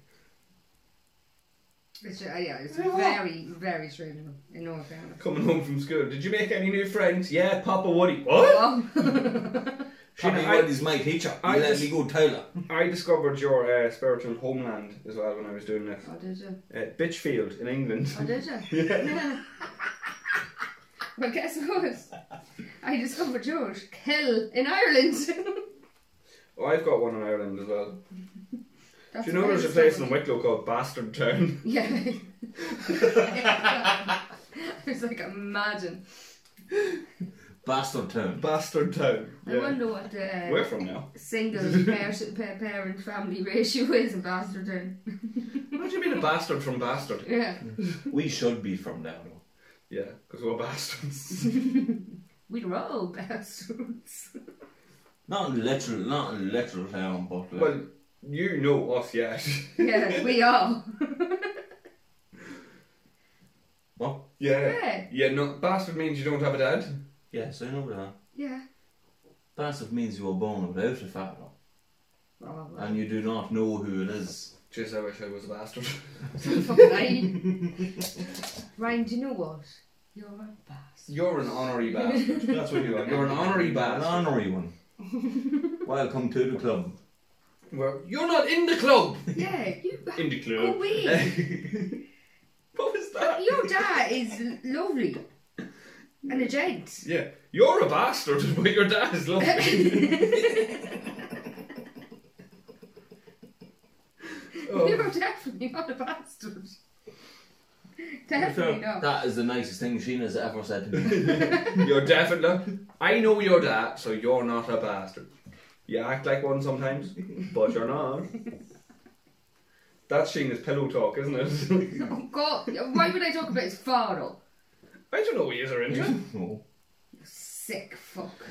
It's, uh, yeah, it's very, very strange. In all fairness.
Coming home from school, did you make any new friends? Yeah, Papa Woody. What?
Oh.
Sheena,
Probably
I-
what is my teacher.
I
Let
just-
me go, Tyler.
I discovered your uh, spiritual homeland as well when I was doing this.
Oh, did you?
Uh, Bitchfield in England.
Oh, did you?
yeah.
Well, guess what? I discovered yours. Kill in Ireland.
Oh, I've got one in Ireland as well.
That's
Do you know
what I
there's a place in
discovered.
Wicklow called Bastard Town?
Yeah. I was like, imagine.
Bastard town.
Bastard Town.
I
Yeah.
wonder what the
We're from now.
single parent, pa- parent family ratio is in Bastardown.
What do you mean a bastard from bastard?
Yeah.
We should be from now though.
Yeah, because we're bastards. Mm.
We're all bastards.
Not in literal, not in literal town, but like,
well, you know us yet.
yeah, we are.
what?
yeah.
Yeah.
Yeah, no, bastard means you don't have a dad.
Yes, I know that.
Yeah.
Bastard means you were born without a father,
Well, well,
and you do not know who it is.
Jeez, I wish I was a bastard.
fucking I. Ryan, do you know what? You're a bastard.
You're an honorary bastard. That's what you are. You're an honorary
An
bastard.
honorary one. Welcome to the club.
Well, you're not in the club.
Yeah, you.
In the
Go
club.
away.
what was that?
Your dad is lovely and a gent.
Yeah, you're a bastard, but your dad is lovely. Oh,
You're definitely not a bastard. Definitely not.
That is the nicest thing Sheena's ever said to me.
You're definitely. I know your dad, so you're not a bastard. You act like one sometimes, but you're not. That's Sheena's pillow talk, isn't it?
Oh God! Why would I talk about his father?
I don't know what you're into.
no.
Sick fuck.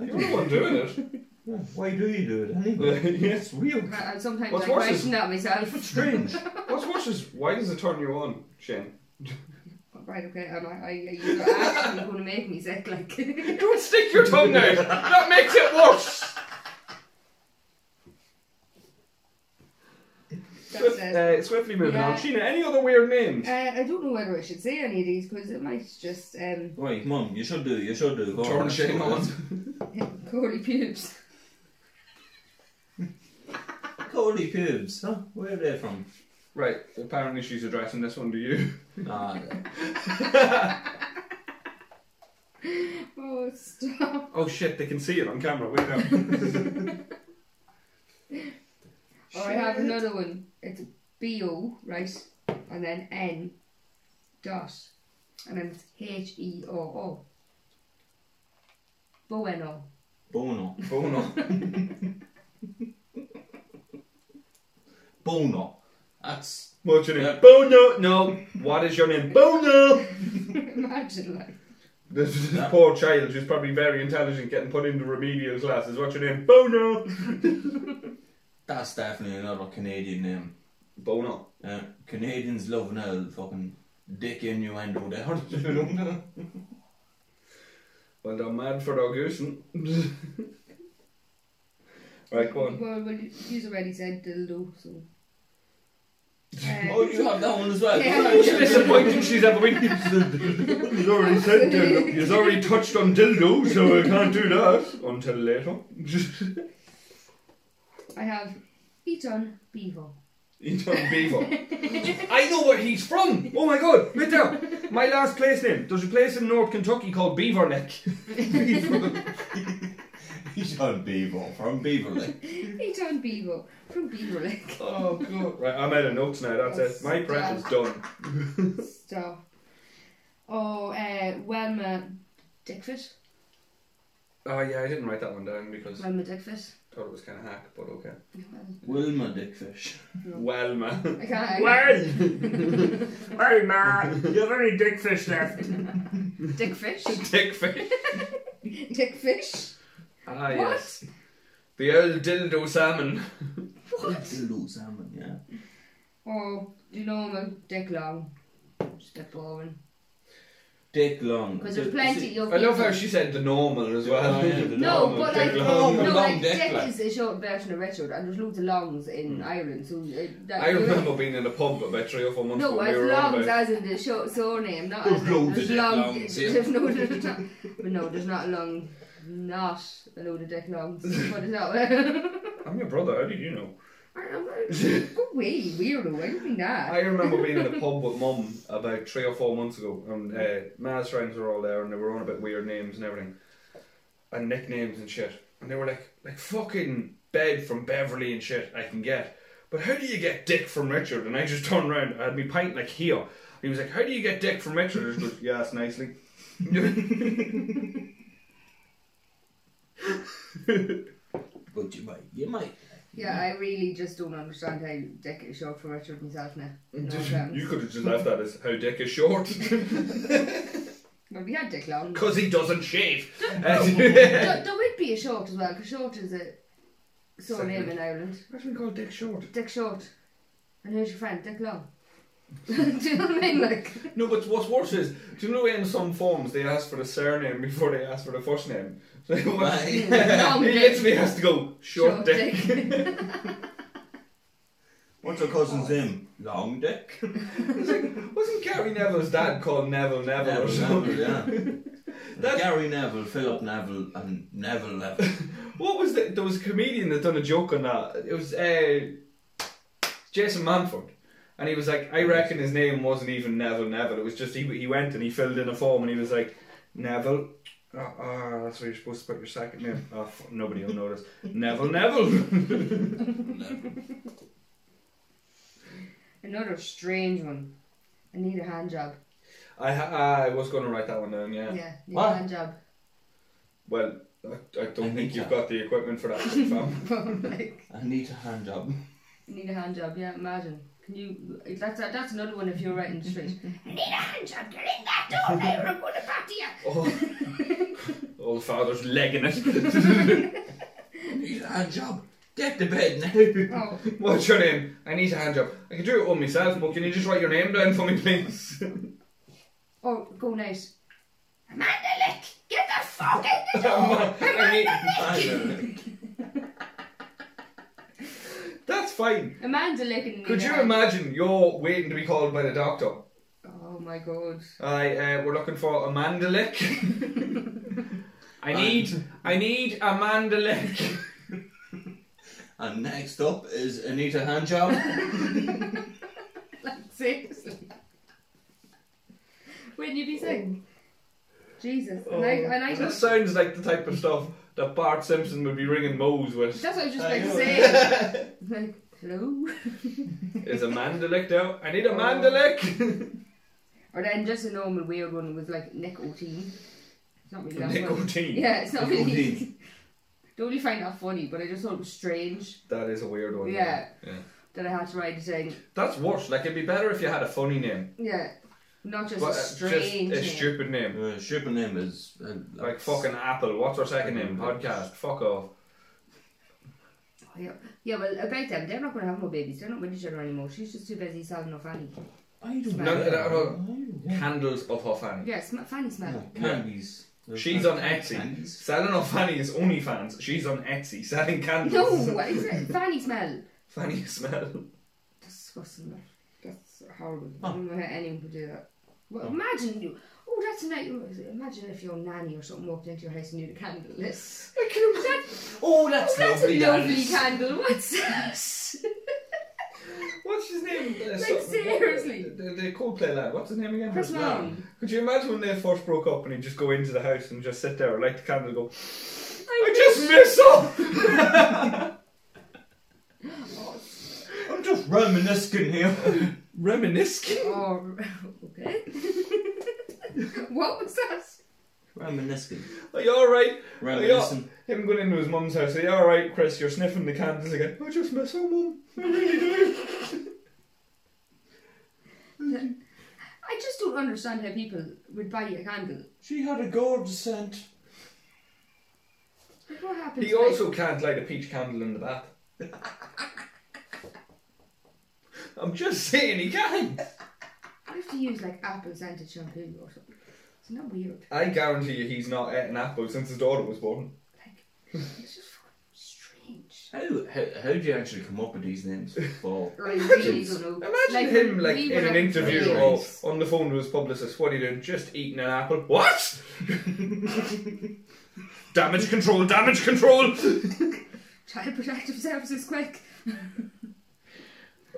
You're the one doing it.
Why do you do it anyway?
yes, weird.
I, I sometimes
What's
I
worse
question that myself.
Strange.
What's worse is why does it turn you on, Shane?
right, okay. Am I? Are you actually going to make me sick? Like,
Don't stick your tongue out. That makes it worse.
that's it.
Uh, swiftly moving on.
Yeah.
Sheena, any other weird names?
Uh, I don't know whether I should say any of these because it might just um,
Right, mum, you should do, you should do. Go
Turn
on.
Shane on.
Corey pubes.
Curly pubes, huh? Where are they from?
Right, apparently she's addressing this one to you.
Ah,
Oh, stop.
Oh shit, they can see it on camera. Wait now.
Or I have another one. It's B O right, and then N dot, and then it's H E O O. Bueno.
Bono.
Bono.
Bono. That's
What's your name?
Yeah.
Bono! No! What is your name? Bono!
Imagine like.
This, this poor child who's probably very intelligent getting put into remedial classes. What's your name? Bono!
that's definitely another Canadian name.
Bono.
Uh, Canadians love an old fucking dick innuendo there. don't they?
Well, they're mad for their goosen. right, go on.
Well, well, you you've already said dildo, so. Uh,
oh, you have that one as well.
Yeah.
Most disappointing she's ever been. You've already said dildo. You've already touched on dildo, so I can't do that until later.
I have Eton Beaver.
He's on Beaver. I know where he's from. Oh my god, wait there. My last place name. There's a place in North Kentucky called Beaver Neck.
He's on Beaver from Beaverley.
Eton Beaver from Beaver Lake.
Oh god. Right, I'm out of notes now. That's it. My prep is done.
Stop. Oh, uh, Welma Dickfit.
Oh yeah, I didn't write that one down because I
Welma Dickfit.
thought it was kind of hack, but okay.
Wilma Dickfish.
Well, man.
I can't.
well, man. You've only dickfish left.
Dickfish.
Dickfish.
Dickfish.
Ah
What?
yes. The old dildo salmon.
What?
Dildo salmon, yeah.
Oh, you know my dick long. It's a bit boring.
Dick long.
Because there's plenty of.
I love
people-
how she said the normal as well.
Oh, Yeah, the
No,
normal
but
dick
like,
long.
no,
Long
like
dick
dick
length.
is a short version of Richard, and there's loads of longs in Ireland. So uh, that,
I remember being in a pub about three or four months
No,
ago. and
as
we were on
longs
about-
as in the short surname, not
There's
as in-
loads of
there's
dick
long.
longs, yeah.
There's no, there's not. But no, there's not long not a load of dick longs. Put it out there.
I'm your brother. How did you know?
I'm like, go away, you weirdo. Why do you think
I
that?
remember being in a pub with mum about three or four months ago, and uh, Ma's friends were all there, and they were on about weird names and everything, and nicknames and shit. And they were like, like fucking bed from Beverly and shit. I can get, but how do you get Dick from Richard? And I just turned around. I had me pint like here. He was like, how do you get Dick from Richard? I just goes, yes, nicely.
But you might, you might.
Yeah, I really just don't understand how dick is short for Richard himself now. No offense.
you could have just left that as how Dick is short
Well, we had dick long.
because he doesn't shave. Uh,
there, there would be a short as well, because short is a surname in Ireland.
Imagine called Dick Short.
Dick Short. And who's your friend? Dick Long. Do you know what I mean? Like,
No, but what's worse is, do you know in some forms they ask for the surname before they ask for the first name? So it was-
Right.
Long
he
dick.
literally has to go short, dick.
What's your cousin's name? Long Dick.
Wasn't Gary Neville's dad called Neville Neville, or
Neville,
something?
Neville, yeah.
That's-
Gary Neville, Philip Neville, and Neville Neville.
What was the, there was a comedian that done a joke on that. It was uh, Jason Manford. And he was like, I reckon his name wasn't even Neville Neville. It was just he, he went and he filled in a form and he was like, Neville. Oh, oh, that's where you're supposed to put your second name. Oh, fuck, nobody will notice. Neville Neville.
Neville.
Another strange one. I need a hand job.
I ha- I was going to write that one down. Yeah.
Yeah, need a
What?
hand job.
Well, I, I don't
I
think
think
you've
so.
got the equipment for that, fam.
like,
I need a hand job.
need a hand job, yeah, imagine. Can you, that's, that's another one if you're right in the street. I need a hand job, get in that door there, I'm going to bat you.
oh, old father's legging it.
I need a hand job. Get to bed now.
Oh,
What's your name? I need a hand job. I can do it all myself, but can you just write your name down for me, please?
oh, go nice. Amanda Lick, get the fuck in the door!
I mean,
I
that's fine.
Amanda Lick and
Could
need a
you
hand-
imagine you're waiting to be called by the doctor?
Oh my god.
I uh, we're looking for a mandalick. I need I need a mandalick.
and next up is Anita Handjob.
Like, seriously. Wouldn't you be sick? Jesus.
Oh,
And I, and I
that
just,
sounds like the type of stuff that Bart Simpson would be ringing Moe's with.
that's what I was just
I
like
know.
saying. like, hello?
Is a mandalick now? I need a mandalick.
Or then just a normal weird one with like nicotine. It's not really that funny.
Nicotine.
Oh. Yeah, it's not really.
Nicotine.
Don't really find that funny, but I just thought it was strange
That is a weird one.
Yeah.
yeah.
that I had to write a thing.
That's worse. Like it'd be better if you had a funny name,
Yeah, not just
but uh,
a
just
strange.
a
name.
stupid name.
Uh, shipping name is uh,
Like fucking Apple. What's our second name? Podcast. Fuck off.
Oh, yeah. yeah, well, about them, they're not going to have more babies. They're not with each other anymore. She's just too busy selling her fanny.
I don't
No,
no, no, no.
know.
Candles of her fanny.
Yeah, sm- fanny smell.
Oh,
Candies. Uh,
She's on Etsy.
Candies.
Selling her fanny is OnlyFans. She's on Etsy selling
No,
candles.
what is it? Fanny smell.
Fanny smell.
Disgusting. That's horrible.
Oh.
I don't know how anyone could do that. Well, imagine you. Oh, that's a night. Imagine if your nanny or something walked into your house and you had a candle list. I can imagine.
Oh, that's
That's
lovely.
a lovely
Dennis.
candle. What's this?
What's his name? Uh,
Like,
something-
seriously.
The, the Coldplay lad. What's his name again?
Chris
Chris
Martin.
Martin. Could you imagine when they first broke up and he'd just go into the house and just sit there, light the candle, and go, I just miss her!
I'm just reminiscing here.
Reminiscing?
Or Oh, okay. what was that?
reminiscing.
Are you alright?
Reminiscing.
Him going into his mum's house, are you alright, Chris? You're sniffing the candles again. I just miss her, mum. I really do.
I just don't understand how people would buy you a candle.
She had a gorgeous scent.
Like, what happens?
He also can't light a peach candle in the bath. I'm just saying he can.
I have to use like apple scented shampoo or something. It's not weird.
I guarantee you he's not ate an apple since his daughter was born.
Like, it's just fucking strange.
How, how how do you actually come up with these names for?
Or I really don't know.
Imagine
Like,
him
we
like
would
in an
have
interview or
realised.
on the phone to his publicist. What are you doing? Just eating an apple. What? damage control. Damage control.
Child Protective Services, quick.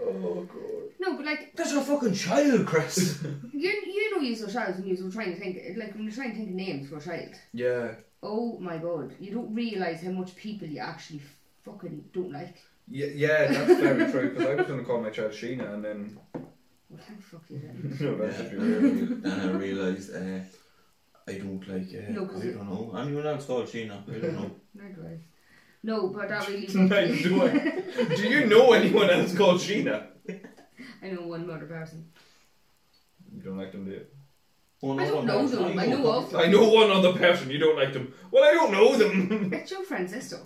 Oh god.
No, but like
That's a fucking child, Chris.
you, you know, you were child when you were trying to think, like when you're trying to think of names for a child.
Yeah.
Oh my god, you don't realise how much people you actually fucking don't like.
Yeah, yeah, that's very true. Because I was going to call my child Sheena, and then
Well, thank fuck you then.
no, that should be weird.
and I realised uh, I don't like. Uh,
No, 'cause
I
it-
don't know. Anyone else called Sheena? I don't know.
Neither do I. No, but that really.
Neither do I. Do you know anyone else called Sheena?
I know one murder person.
You don't like them, do you?
One
I
other
don't know
person.
them. I know of them.
I know one other person. You don't like them. Well, I don't know them.
It's Joe Francisco.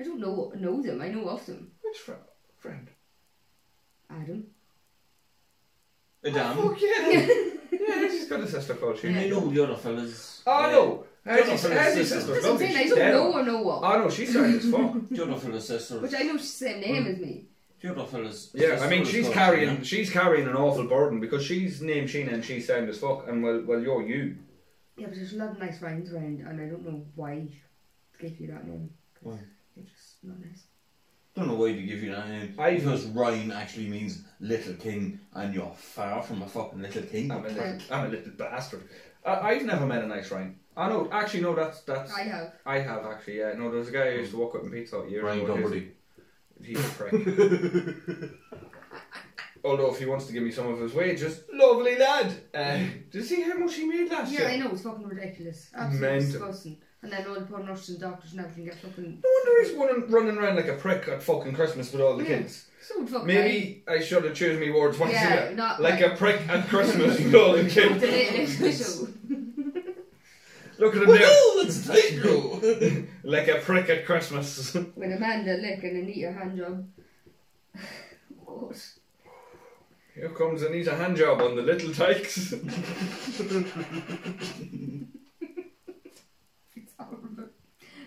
I don't know know them. I know of them.
Which fr- friend?
Adam.
Adam.
Oh yeah. yeah, she's got a sister called Sheena.
I know the other fellas. uh,
Oh no.
Don't
How's
know for
his,
the
how's his sister?
sister.
That's what I'm saying. I don't know or know of.
Oh no, she's sad as fuck.
The other fella's sister.
But I know she's the same name
Hmm.
as me.
The other fella's.
Yeah,
sister
I mean
is
she's
called
carrying
Sheena.
she's carrying an awful burden because she's named Sheena and she's sound as fuck and well well you're you.
Yeah, but there's a lot of nice rhymes around, and I don't know why they gave you that name. 'cause
Why?
They're just not nice.
Don't know why they give you that name.
I-
because Ryan actually means little king, and you're far from a fucking little king.
I'm a little, I'm a little bastard. I, I've never met a nice rhyme. I know actually no that's that's
I have.
I have actually, yeah. No, there was a guy I used to walk with in Pizza Hut years
Ryan
ago.
Doherty.
He's a prick. Although if he wants to give me some of his wages, lovely lad. Uh, did you see how much he made last
Yeah,
year?
I know, it's fucking ridiculous. Absolutely
Mental.
disgusting. And then all the poor nurses and doctors and everything get fucking.
No wonder he's running, running around like a prick at fucking Christmas with all the
Yeah.
kids.
So fucking.
Maybe I should have chosen my words once
Yeah,
again.
not
Like
like-
a prick at Christmas with all the
Right.
kids.
Delete it. So,
Look at him there.
that's tight though.
Like a prick at Christmas.
With Amanda lick and Anita hand job. What?
Here comes Anita Handjob on the little tykes.
It's horrible.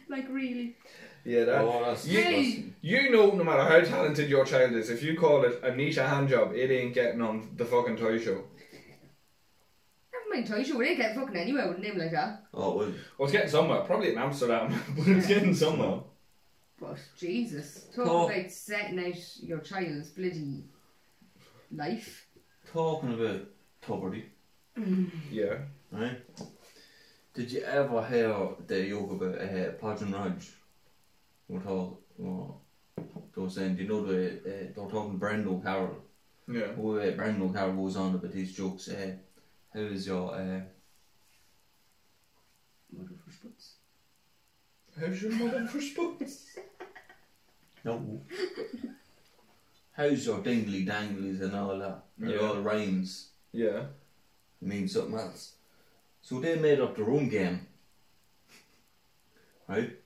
Like, really.
yeah, that.
Oh, that's
You-
disgusting.
You know, no matter how talented your child is, if you call it a Anita handjob, it ain't getting on the fucking toy show.
Never mind, Toy Show, we didn't get fucking anywhere with a name like that.
Oh, well,
Well, it's getting somewhere, probably in Amsterdam, but it's getting somewhere.
But, Jesus. Talk
Talk.
about setting out your child's bloody life.
talking about poverty,
Yeah.
right? Did you ever hear the yoke about uh, Podge and Raj? What all? What they were saying? Do you know the uh, they were talking Brendan O'Carroll?
Yeah.
Who uh, Brendan O'Carroll goes on about his jokes. Uh, how is your uh,
Mother for spots.
How's your mother for spots?
No. How's your dingly danglies and all that? It all rhymes.
Yeah.
It means something else. So they made up their own game. Right?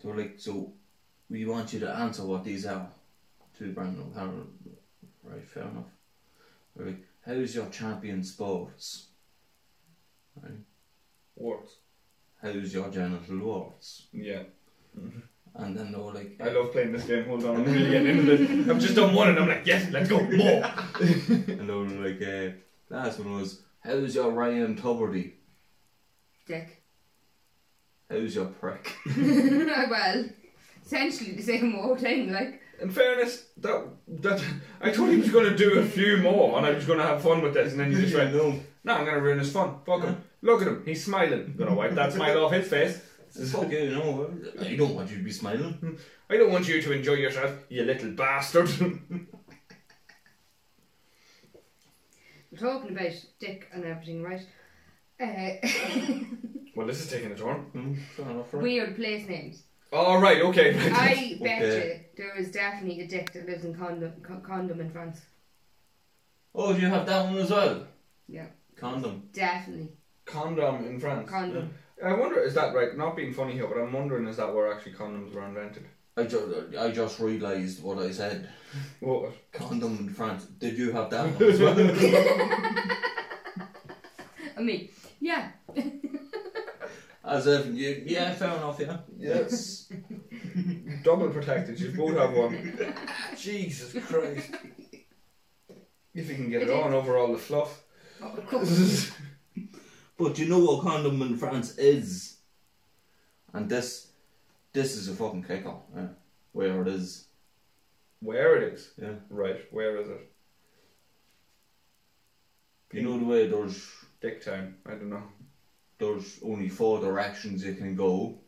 So like, so we want you to answer what these are to Brandon O'Carroll. Right, fair enough. They're like, how's your champion sports? Right.
Words.
How's your genital warts?
Yeah.
And then they were like,
I love playing this game. Hold on, I'm really getting into this. I've just done one and I'm like, yes, let's go. More.
And they were like, uh, last one was, how's your Ryan Tuberty?
Dick.
How's your prick?
well, essentially the same old thing, like.
In fairness, that that I told him he was going to do a few more and I was going to have fun with this, and then you just went,
no.
no, I'm going to ruin his fun. Fuck him. Look at him. He's smiling. going to wipe that smile off his face.
Fuck you, no. I don't want you to be smiling.
I don't want you to enjoy yourself, you little bastard.
We're talking about dick and everything, right? Uh,
well, this is taking a turn.
Mm, fair enough, right?
weird place names.
All right, okay. right.
I bet
Okay.
you there is definitely a dick that lives in condom, co- condom in France.
Oh, do you have that one as well?
Yeah,
Condom.
definitely
Condom in France.
condom.
I wonder, is that right? Not being funny here, but I'm wondering, is that where actually condoms were invented?
I, ju- I just realised what I said.
What?
Condom in France. Did you have that one as well?
I mean, yeah,
as if, you, yeah, fair enough, yeah. Yes.
double protected. You both have one. Jesus Christ. If you can get it on over all the fluff.
Oh, of course.
But you know what condom in France is. And this this is a fucking kicker, yeah. where it is.
Where it is.
Yeah.
Right, where is it?
You know the way there's
Dick Town. I don't know.
there's only four directions you can go.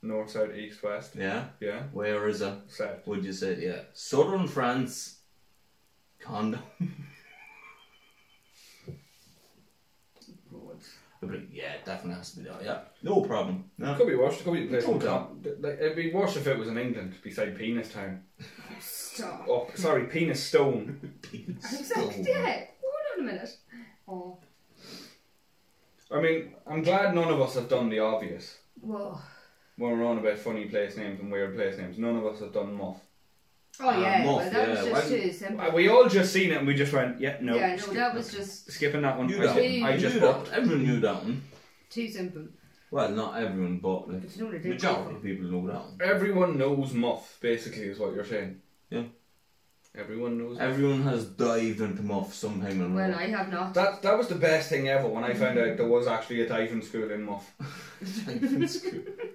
North, south, east, west.
Yeah?
Yeah.
Where is it?
South.
Would you say yeah? Southern France condom.
God.
I'd be like, yeah, it definitely has to be there, yeah. No problem. No.
Could be washed. Could be
Don't
played. Like it'd be washed if it was in England beside Penis Town.
Stop.
Oh, sorry, Penis Stone.
Exactly. Yeah. Hold on a minute. Oh.
I mean, I'm glad none of us have done the obvious.
Whoa.
When we're on about funny place names and weird place names, none of us have done muff.
Oh
Ah,
yeah,
moth,
well,
yeah,
that was just
why-
too simple.
Uh, We all just seen it and we just went, yeah, no.
yeah, no,
skip-
that was just
Skipping that one.
You
I,
don't.
ju- I
You
just
knew
walked.
that. Everyone knew that one.
too simple.
Well, not everyone, but like,
But you know what I
the
did?
majority of people know that one.
Everyone knows muff, basically, is what you're saying.
Yeah.
Everyone knows muff.
Everyone has dived into muff sometime or
Well,
another.
I have not.
That, that was the best thing ever when I found out there was actually a diving school in muff.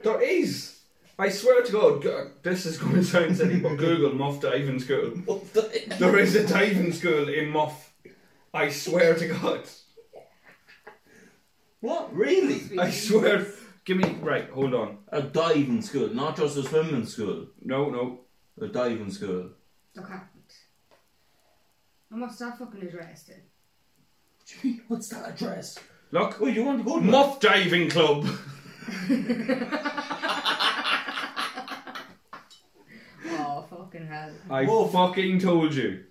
There is. I swear to God, g- this is going to sound silly, but Google Muff Diving School. There is a diving school in Muff. I swear to God.
what really?
I swear. Give me right. Hold on.
A diving school, not just a swimming school.
No, no.
A diving school.
Look happened. I must have fucking addressed it.
What's that address?
Look,
Oh, you want to go to that?
Muff Diving Club.
Oh fucking hell!
I fucking told you.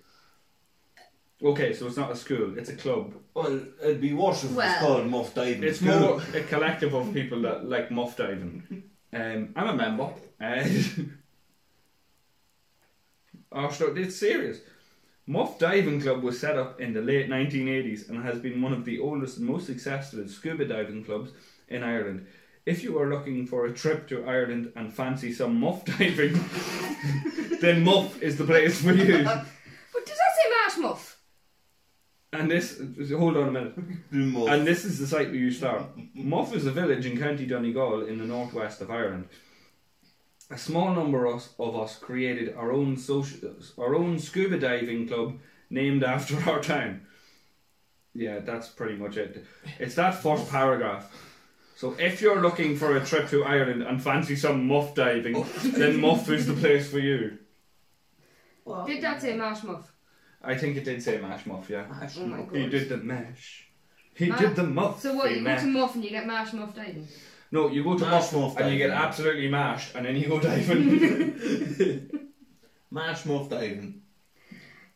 Okay, so it's not a school; it's a club.
Well, it'd be worse if
Well.
it's called muff diving
It's
school.
more a collective of people that like muff diving. Um, I'm a member. Uh, oh, so it's serious. Muff Diving Club was set up in the late 1980s and has been one of the oldest and most successful scuba diving clubs in Ireland. If you are looking for a trip to Ireland and fancy some muff diving, then Muff is the place for you.
But does that say marsh muff?
And this, hold on a minute.
Do muff.
And this is the site where you start. Muff is a village in County Donegal in the northwest of Ireland. A small number of us, of us created our own social, our own scuba diving club named after our town. Yeah, that's pretty much it. It's that first paragraph. So if you're looking for a trip to Ireland and fancy some muff diving, then Muff is the place for you.
Did that say marsh muff?
I think it did say mash muff, yeah.
Oh my
He
god!
did the mesh. He did the muff.
Ah, So what?
he
You go
mashed.
to muff and you get marsh muff diving.
No, you go to
Mash
Muff,
Muff
and you get
diving.
absolutely mashed, and then you go diving.
Mash muff diving.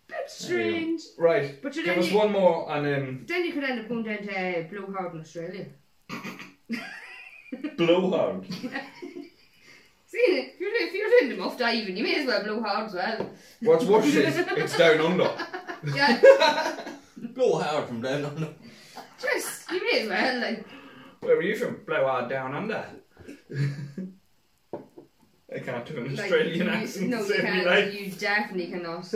Bit strange.
right.
But you
Give
don't
us
need-
one more, and then
Then you could end up going down to uh, Blue Hard in Australia.
um, blowhard.
See, if you're, if you're doing the muff diving, you may as well blow hard as well.
What's worse is it's down under.
Yeah,
Blow hard from down under.
just you may as well. Like,
Where are you from? Blowhard down under. I can't do an
like
Australian
you-
accent.
No,
to
you
save me
can't.
life.
You definitely cannot.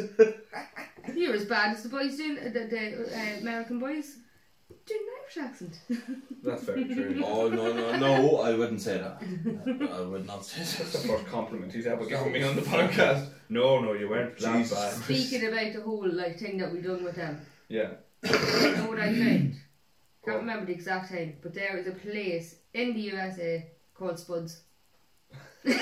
you're as bad as the boys doing the, the uh, American boys doing an Irish accent.
That's very true.
Oh no no no! I wouldn't say that. I would not say
That's
that.
the first compliment he's ever given me on the podcast. No, no, you weren't that
Jesus.
bad.
Speaking about the whole like thing that we done with them,
Yeah.
you know what I
Mm.
found?
What?
Can't remember the exact time, but there is a place in the USA called Spuds. I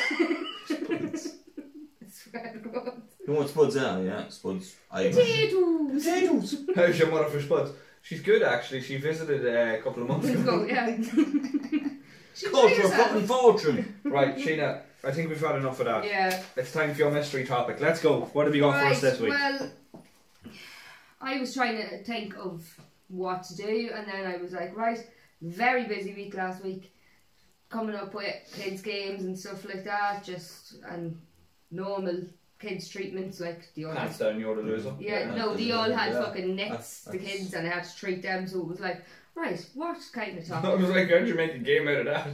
swear to God.
You know what spuds are? Yeah, spuds. Irish.
Potatoes.
Potatoes.
How's your mother for spuds? She's good actually. She visited uh, a couple of months
Let's
ago.
go, yeah. She
Called
plays
for a
that.
fucking fortune.
right, Sheena. I think we've had enough of that.
Yeah.
It's time for your mystery topic. Let's go. What have you got for us this week?
Well, I was trying to think of what to do, and then I was like, right, very busy week last week, coming up with kids' games and stuff like that, just and normal kids' treatments like the others.
Hands down, you're the loser.
Yeah,
Yeah,
no,
that's
they
it,
all had
yeah.
fucking
That's-
nits, the
that's-
kids, and I had to treat them, so it was like, right, what kind of
I
topic?
was like, how'd you make a game out of that?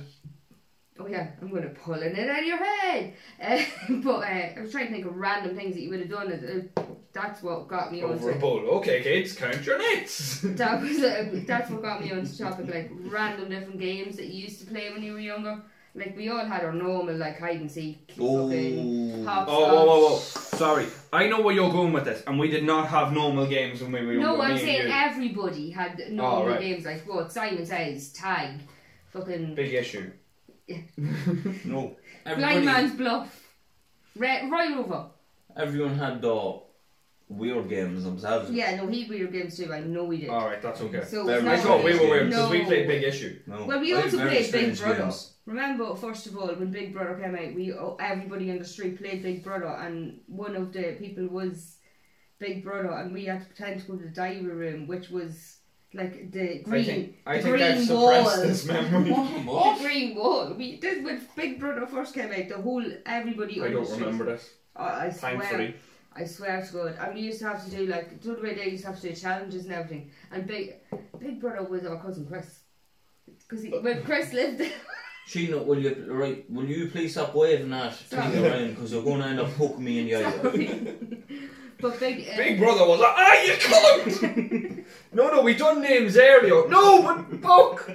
Oh yeah, I'm gonna pull in it out of your head. Uh, but uh, I was trying to think of random things that you would have done. and, Uh, that's what got me
Over a
onto
bowl. Okay, kids, count your nets.
that was uh, that's what got me onto the topic like random different games that you used to play when you were younger. Like we all had our normal like hide and seek, fucking hopscotch.
Oh, whoa, whoa, whoa. Sorry. I know where you're going with this, and we did not have normal games when we were younger.
No, I'm
me and
saying
you.
everybody had normal
Oh, right.
games like what Simon says, tag, fucking
Big issue.
No.
blind
Everybody,
man's bluff, Red, Royal Rover.
everyone had the weird games themselves.
Yeah, no, he weird games too. I know we did.
Alright, that's okay.
So
Very
it's
I
not
thought we were weird
no.
because we played Big Issue.
No.
Well, we
I had
also
very
played Big
strange
Brother.
games.
Remember, first of all, when Big Brother came out, we all- everybody on the street played Big Brother, and one of the people was Big Brother, and we had to pretend to go to the diary room, which was like the
I
green,
think,
the
I think
green
I've
wall.
suppressed this memory.
The green wall. We did when Big Brother first came out. The whole everybody.
I
on the
don't
street-
remember this.
Oh, I swear.
Thankfully.
I swear to God. And we used to have to do like the other way they used to have to do challenges and everything. And Big Big Brother was our cousin Chris. Because when Chris lived
She know, will you right? Will you please stop waving that
Stop.
thing around because you're going to end up hooking me in the eye.
but Big, uh,
Big Brother was like, ah, you cunt! no, no, we done names earlier. No, but fuck!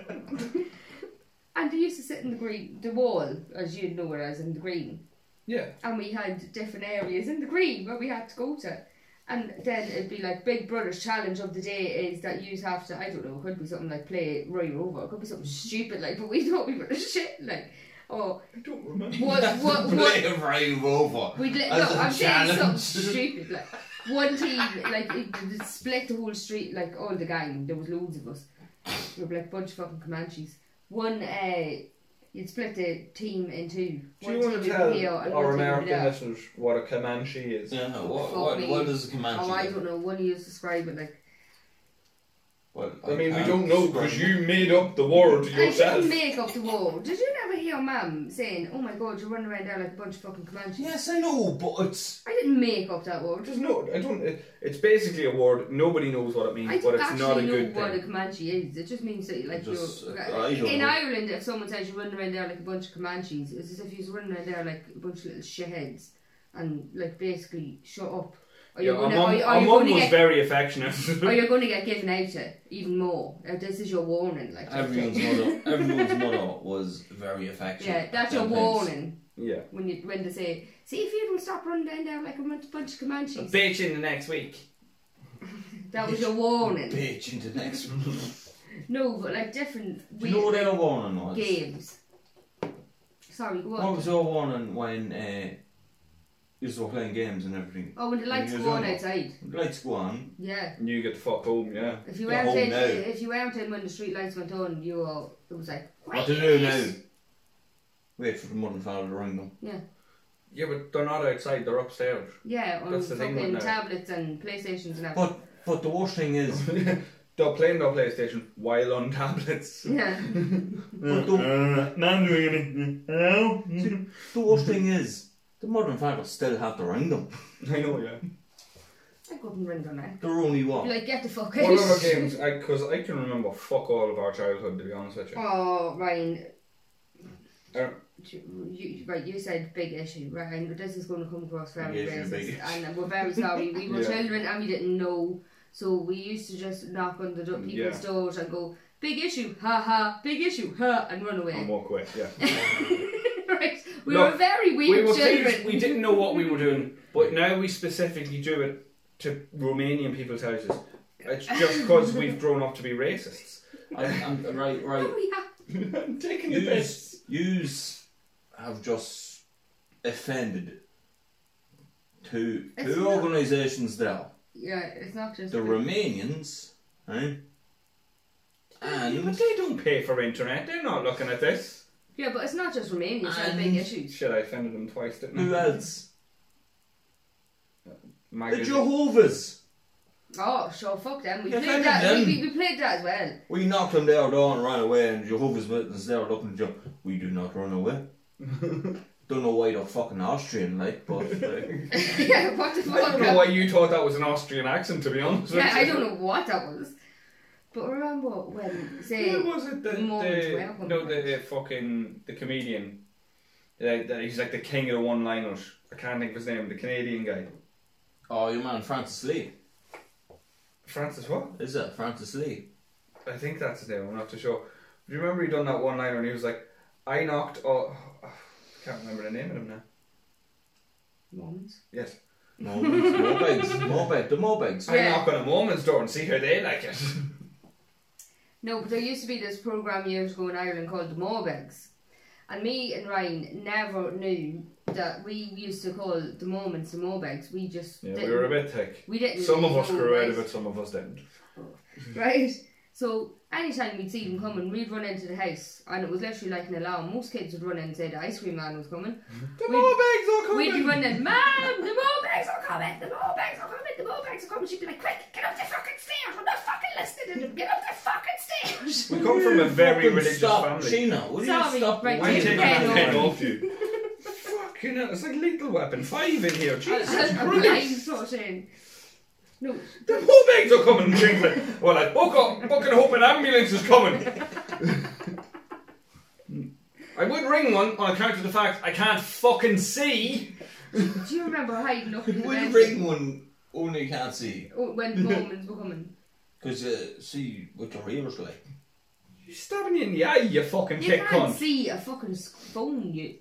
and they used to sit in the green the wall, as you know it as in the green.
Yeah.
And we had different areas in the green where we had to go to. And then it'd be like Big Brother's challenge of the day is that you'd have to I don't know, it could be something like play Roy Rover, it could be something stupid like but we thought we were the shit like or
I don't remember.
what what what
Play right over.
We'd let,
As
no,
a
I'm saying something
challenge.
stupid. Like one team, like it, it split the whole street, like all the gang. There was loads of us. We were like a bunch of fucking Comanches. One, uh, you'd split the team in two.
Do you
One
want to
team would be
tell
out and
our
one team would be
American
out.
listeners what a Comanche is?
Yeah, what,
Fuck
what,
me.
what does the command
Oh, I
do?
don't know. One of you describe it like.
Well,
I mean, we
can't
don't know because
describe
you made up the word
I
yourself.
didn't make up the word. Did you never hear Mum saying, "Oh my God, you're running around there like a bunch of fucking
it.
Comanches"?
Yes, I know, but it's.
I didn't make up that word.
There's no, I don't. It, it's basically a word. Nobody knows what it means,
I don't
but it's
actually
not a
know
good
what a
thing.
Comanche is. It just means that like
Just,
you're
uh, I don't
in
know.
Ireland. If someone says you're running around there like a bunch of Comanches, it's as if you're running around there like a bunch of little shitheads and like basically shut up. Or
Yeah,
you're
our
gonna,
mum
or,
our
you're
mum
gonna
was
get,
very affectionate.
or you're gonna get given out to even more. Uh, this is your warning. Like
Everyone's mother, everyone's mother was very affectionate.
yeah,
at
that's your
times.
warning
yeah.
when you when they say, see if you don't stop running down there like a bunch of Comanches.
bitch in the next week.
That was your warning.
Bitch into next room.
No, but like different
Do you know what
weird
their warning was?
games. Sorry, go on.
What was your warning when uh, you were playing games and everything?
Oh, when the lights
When
go on
you're
outside.
Lights go on.
Yeah.
You get the fuck home, yeah.
If you
You're
weren't
home
in,
now.
if you weren't in when the street lights went on, you were. It was like.
What to do now? Wait for the mother and father to ring them.
Yeah, but they're not outside. They're upstairs.
Yeah, on
That's the thing
fucking
right now.
tablets and PlayStations and everything.
But but the worst thing is
They're playing their PlayStation while on tablets.
yeah.
Mm-hmm.
But the,
Not doing it. Hello.
the worst thing is, the mother and father still have to ring them.
I know, yeah.
I couldn't ring them now.
They're only
Be
what?
like, get the fuck out.
What other games? Because I, can remember fuck all of our childhood, to be honest with you.
Oh, Ryan.
Oh.
Uh,
You, you, right, you said big issue, Ryan. This is going to come across very
Big issue, big
racist, and we're very sorry. We were
Yeah.
children and we didn't know, so we used to just knock on the do-
Mm,
people's doors and go, "Big issue, ha ha, big issue, ha," and run away.
And walk away. Yeah.
right. We
Look,
were very
we
weird
were
children.
kids, we didn't know what we were doing, but now we specifically do it to Romanian people's houses. It's just because we've grown up to be racists.
I'm, I'm, right, right.
Oh, yeah.
I'm taking the piss.
Yous, yous have just offended two
It's
two
not-
organisations there.
yeah, it's not just
The
big-
Romanians,
Yeah,
eh?
but
And
they don't pay for internet. They're not looking at this.
Yeah, but it's not just Romania. She had
And-
big issues.
Shit, I offended them twice, didn't
who
I?
else? The
Maggie-
Jehovah's.
Oh, sure, fuck them. We
Yeah,
played
offended
that. We,
them.
we, we played that as well.
We knocked on their door and ran away, and Jehovah's Witnesses there looking at you. We do not run away. Don't know why they're fucking Austrian like, but like,
yeah, what the fuck?
I don't know why you thought that was an Austrian accent, to be honest.
yeah,
with
I
you.
don't know what that was. But remember when, say,
Who was it that
more than
the,
12
no the, the fucking the comedian? Like, that he's like the king of the one-liners. I can't think of his name. The Canadian guy,
Oh, your man Francis Lee.
Francis. What?
Is it Francis Lee?
I think that's his name. I'm not too sure. Do you remember he done that one-liner and he was like, "I knocked." Oh, I can't remember the name of him now.
Mormons.
Yes,
No, Mobegs. Mobeg. The Mobegs.
I
Yeah.
knock on a woman's door and see how they like it.
No, but there used to be this program years ago in Ireland called the Morbegs. And me and Ryan never knew that we used to call the Mormons the Morbegs. We just
Yeah,
didn't.
we were a bit thick.
we didn't
Some of us
know,
grew out
right?
of it, some of us didn't.
right? So anytime we'd see them coming, we'd run into the house, and it was literally like an alarm. Most kids would run in and say the ice cream man was coming.
The
We'd-
more bags are
We'd be
coming.
running, Mom, the more bags are coming, the more bags are coming, the more bags are coming. She'd be like, Quick, get up the fucking stairs! I'm not fucking listening to them. Get up the fucking stairs!
We come from a very
Fucking
religious
stop,
family.
Sheena, will
Sorry,
you stop
right,
Why
wailing
you taking
Take
the
that
on
pen
pen
me?
off you? Fucking hell, it's like Lethal Weapon 5 in here. Jesus
I'm
Christ.
blind sort in. No,
The whole bags are coming jingling. We're like, book up, fucking hope an ambulance is coming. I would ring one on account of the fact I can't fucking see.
do you remember hiding up in the
Will you
bed
bring one only you can't see?
Oh, when the Mormons were coming?
Because uh, see what your ears like.
She's stabbing you in the eye, you fucking
You
kick
can't
cunt.
see a fucking s- phone, you.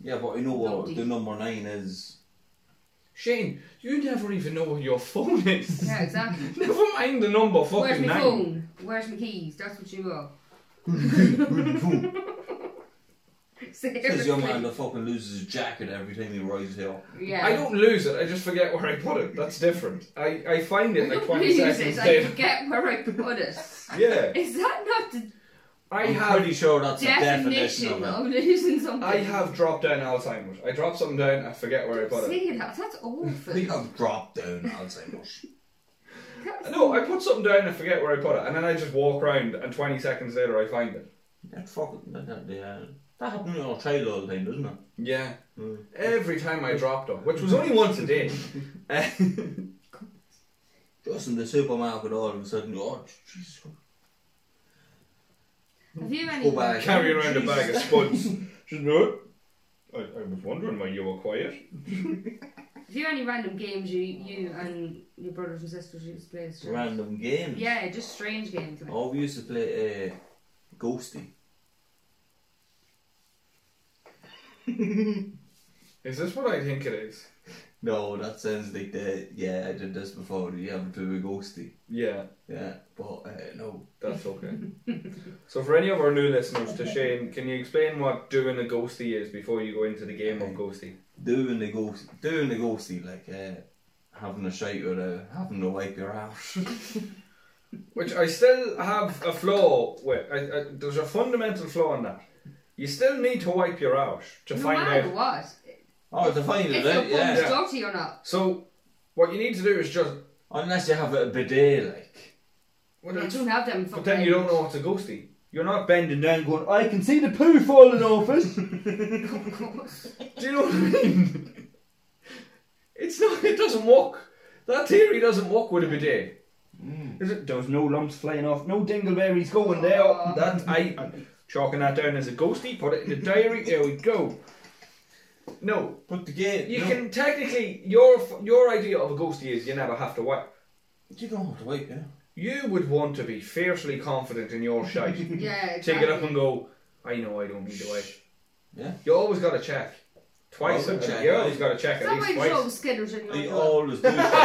Yeah, but I know
Bloody.
what the number nine is.
Shane, you never even know where your phone is.
Yeah, exactly.
Never mind the number
Where's
fucking
my
nine.
phone? Where's my keys? That's what you are.
Because
Seriously.
your man that fucking loses his jacket every time he rides here.
yeah.
I don't lose it, I just forget where I put it. That's different. I, I find it like 20
Lose
seconds
it, I
later.
forget where I put it.
Yeah.
Is that not the
I
I'm
have
pretty sure that's the definition
definition
of it.
of losing something?
I have dropped down Alzheimer's. I drop something down, I forget where I put it.
See that? That's awful.
We have dropped down Alzheimer's.
No, I put something down and forget where I put it, and then I just walk around, and 20 seconds later I find it.
That fucking that, that, yeah. that happened in our child all the time, doesn't it?
Yeah.
Mm.
Hmm. Every time I dropped it, which was only once a day. Uh,
Just in the supermarket all of a sudden, oh Jesus Christ.
Have you
Oh,
any?
Go back.
carrying around a bag of spuds. Just no. I, I was wondering why you were quiet.
Have you any random games you you and your brothers and sisters used to play? as children?
Random games.
Yeah, just strange games. Like.
Oh, we used to play uh, Ghosty.
Is this what I think it is?
No, that sounds like the yeah. I did this before. You haven't do a ghosty.
Yeah,
Yeah, but uh, no.
that's okay. so, for any of our new listeners, to Shane, can you explain what doing a ghosty is before you go into the game of ghosty?
Doing the ghost, doing the ghosty, like uh, having a shite or uh, having to wipe your ass.
Which I still have a flaw with. I, I, there's a fundamental flaw in that. You still need to wipe your ass to
no
find
matter
out.
what,
oh, to find
if
it
your
out,
phone's
yeah.
Yeah.
dirty or not.
So, what you need to do is just.
Unless you have a bidet, like.
Well,
I
that's-
don't have them.
but then you don't know what's a ghosty. You're not bending down going, I can see the
poo falling off it.
know.
Do you know what I mean? It's not. It doesn't work. That theory doesn't work with a bidet. Is it? There's no lumps flying off. No dingleberries going there.
Aw.
That I I'm chalking that down as a ghosty. Put it in the diary. There we go. No,
But the game,
you
no,
can technically your your idea of a ghosty is you never have to wipe.
You don't have to wipe, yeah.
You would want to be fiercely confident in your shite.
yeah, exactly.
Take it up and go. I know I don't need to wipe.
Yeah.
You always got to check. Twice.
Always check.
You always got to check at
Somebody
least twice.
throw skitters in
I
your door.
always do. check.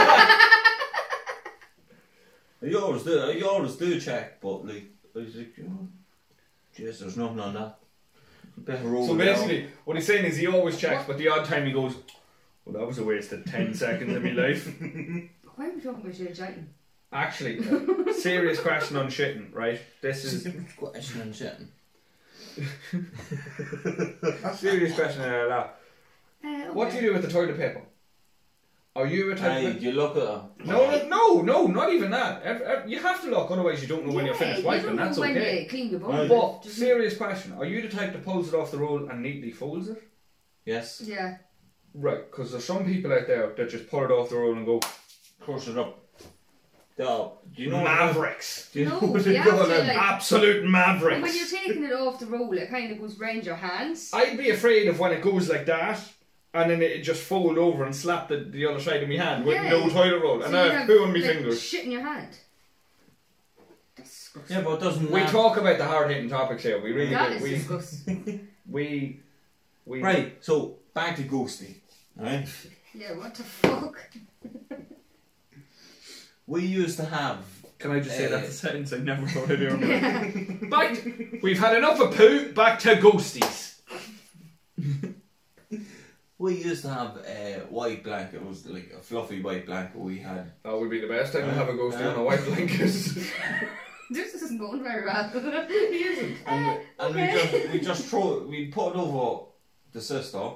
I always do. I always do check, but like, I was like, oh, jeez, there's nothing on that. Better roll
So
it out.
basically, what he's saying is he always checks, but the odd time he goes, "Well, that was a waste of ten seconds of my life."
Why are we talking about shit shouting?
Actually, uh, serious question on shitting. Right, this is
question and shit.
serious question. And all that.
Uh, okay.
What do you do with the toilet paper? Are you a type?
Hey,
of
you look at her.
No, no, no, no, not even that. Ev- ev- You have to look, otherwise you don't know when you're
Yeah,
finished
you
wiping.
don't
That's
know when
okay.
you clean your
Well,
bum.
But serious question: Are you the type that pulls it off the roll and neatly folds it?
Yes.
Yeah.
Right, because there's some people out there that just pull it off the roll and go,
Course it up.
No, do you know
Mavericks.
Do you know
No,
what they're
yeah,
going
actually,
on?
like-
Absolute
And when you're
Mavericks.
taking it off the roll, it kind of goes round your hands.
I'd be afraid of when it goes like that. And then it just fold over and slap the, the other side of my hand with
Yeah.
no toilet roll. And
So
I
you'd
have
have,
poo on my
like,
fingers.
Shit in your hand. Disgusting.
Yeah, but it doesn't
We
matter.
talk about the hard hitting topics here. We really
That
do.
is
We,
disgusting.
we, we.
Right, so
Back to ghosting. Alright?
Yeah, what the fuck?
we used to have.
Can I just say
Uh,
that's a sentence I never thought I'd hear in my life.
Yeah.
Back, we've had enough of poo, back to ghosties.
We used
to have a white blanket. It was like a fluffy white blanket we had.
That would be the best. I don't
Uh,
have a ghostie
uh.
on a white blanket.
This isn't going very well. he isn't.
And, we, and we
okay.
just we just throw we put it over the sister.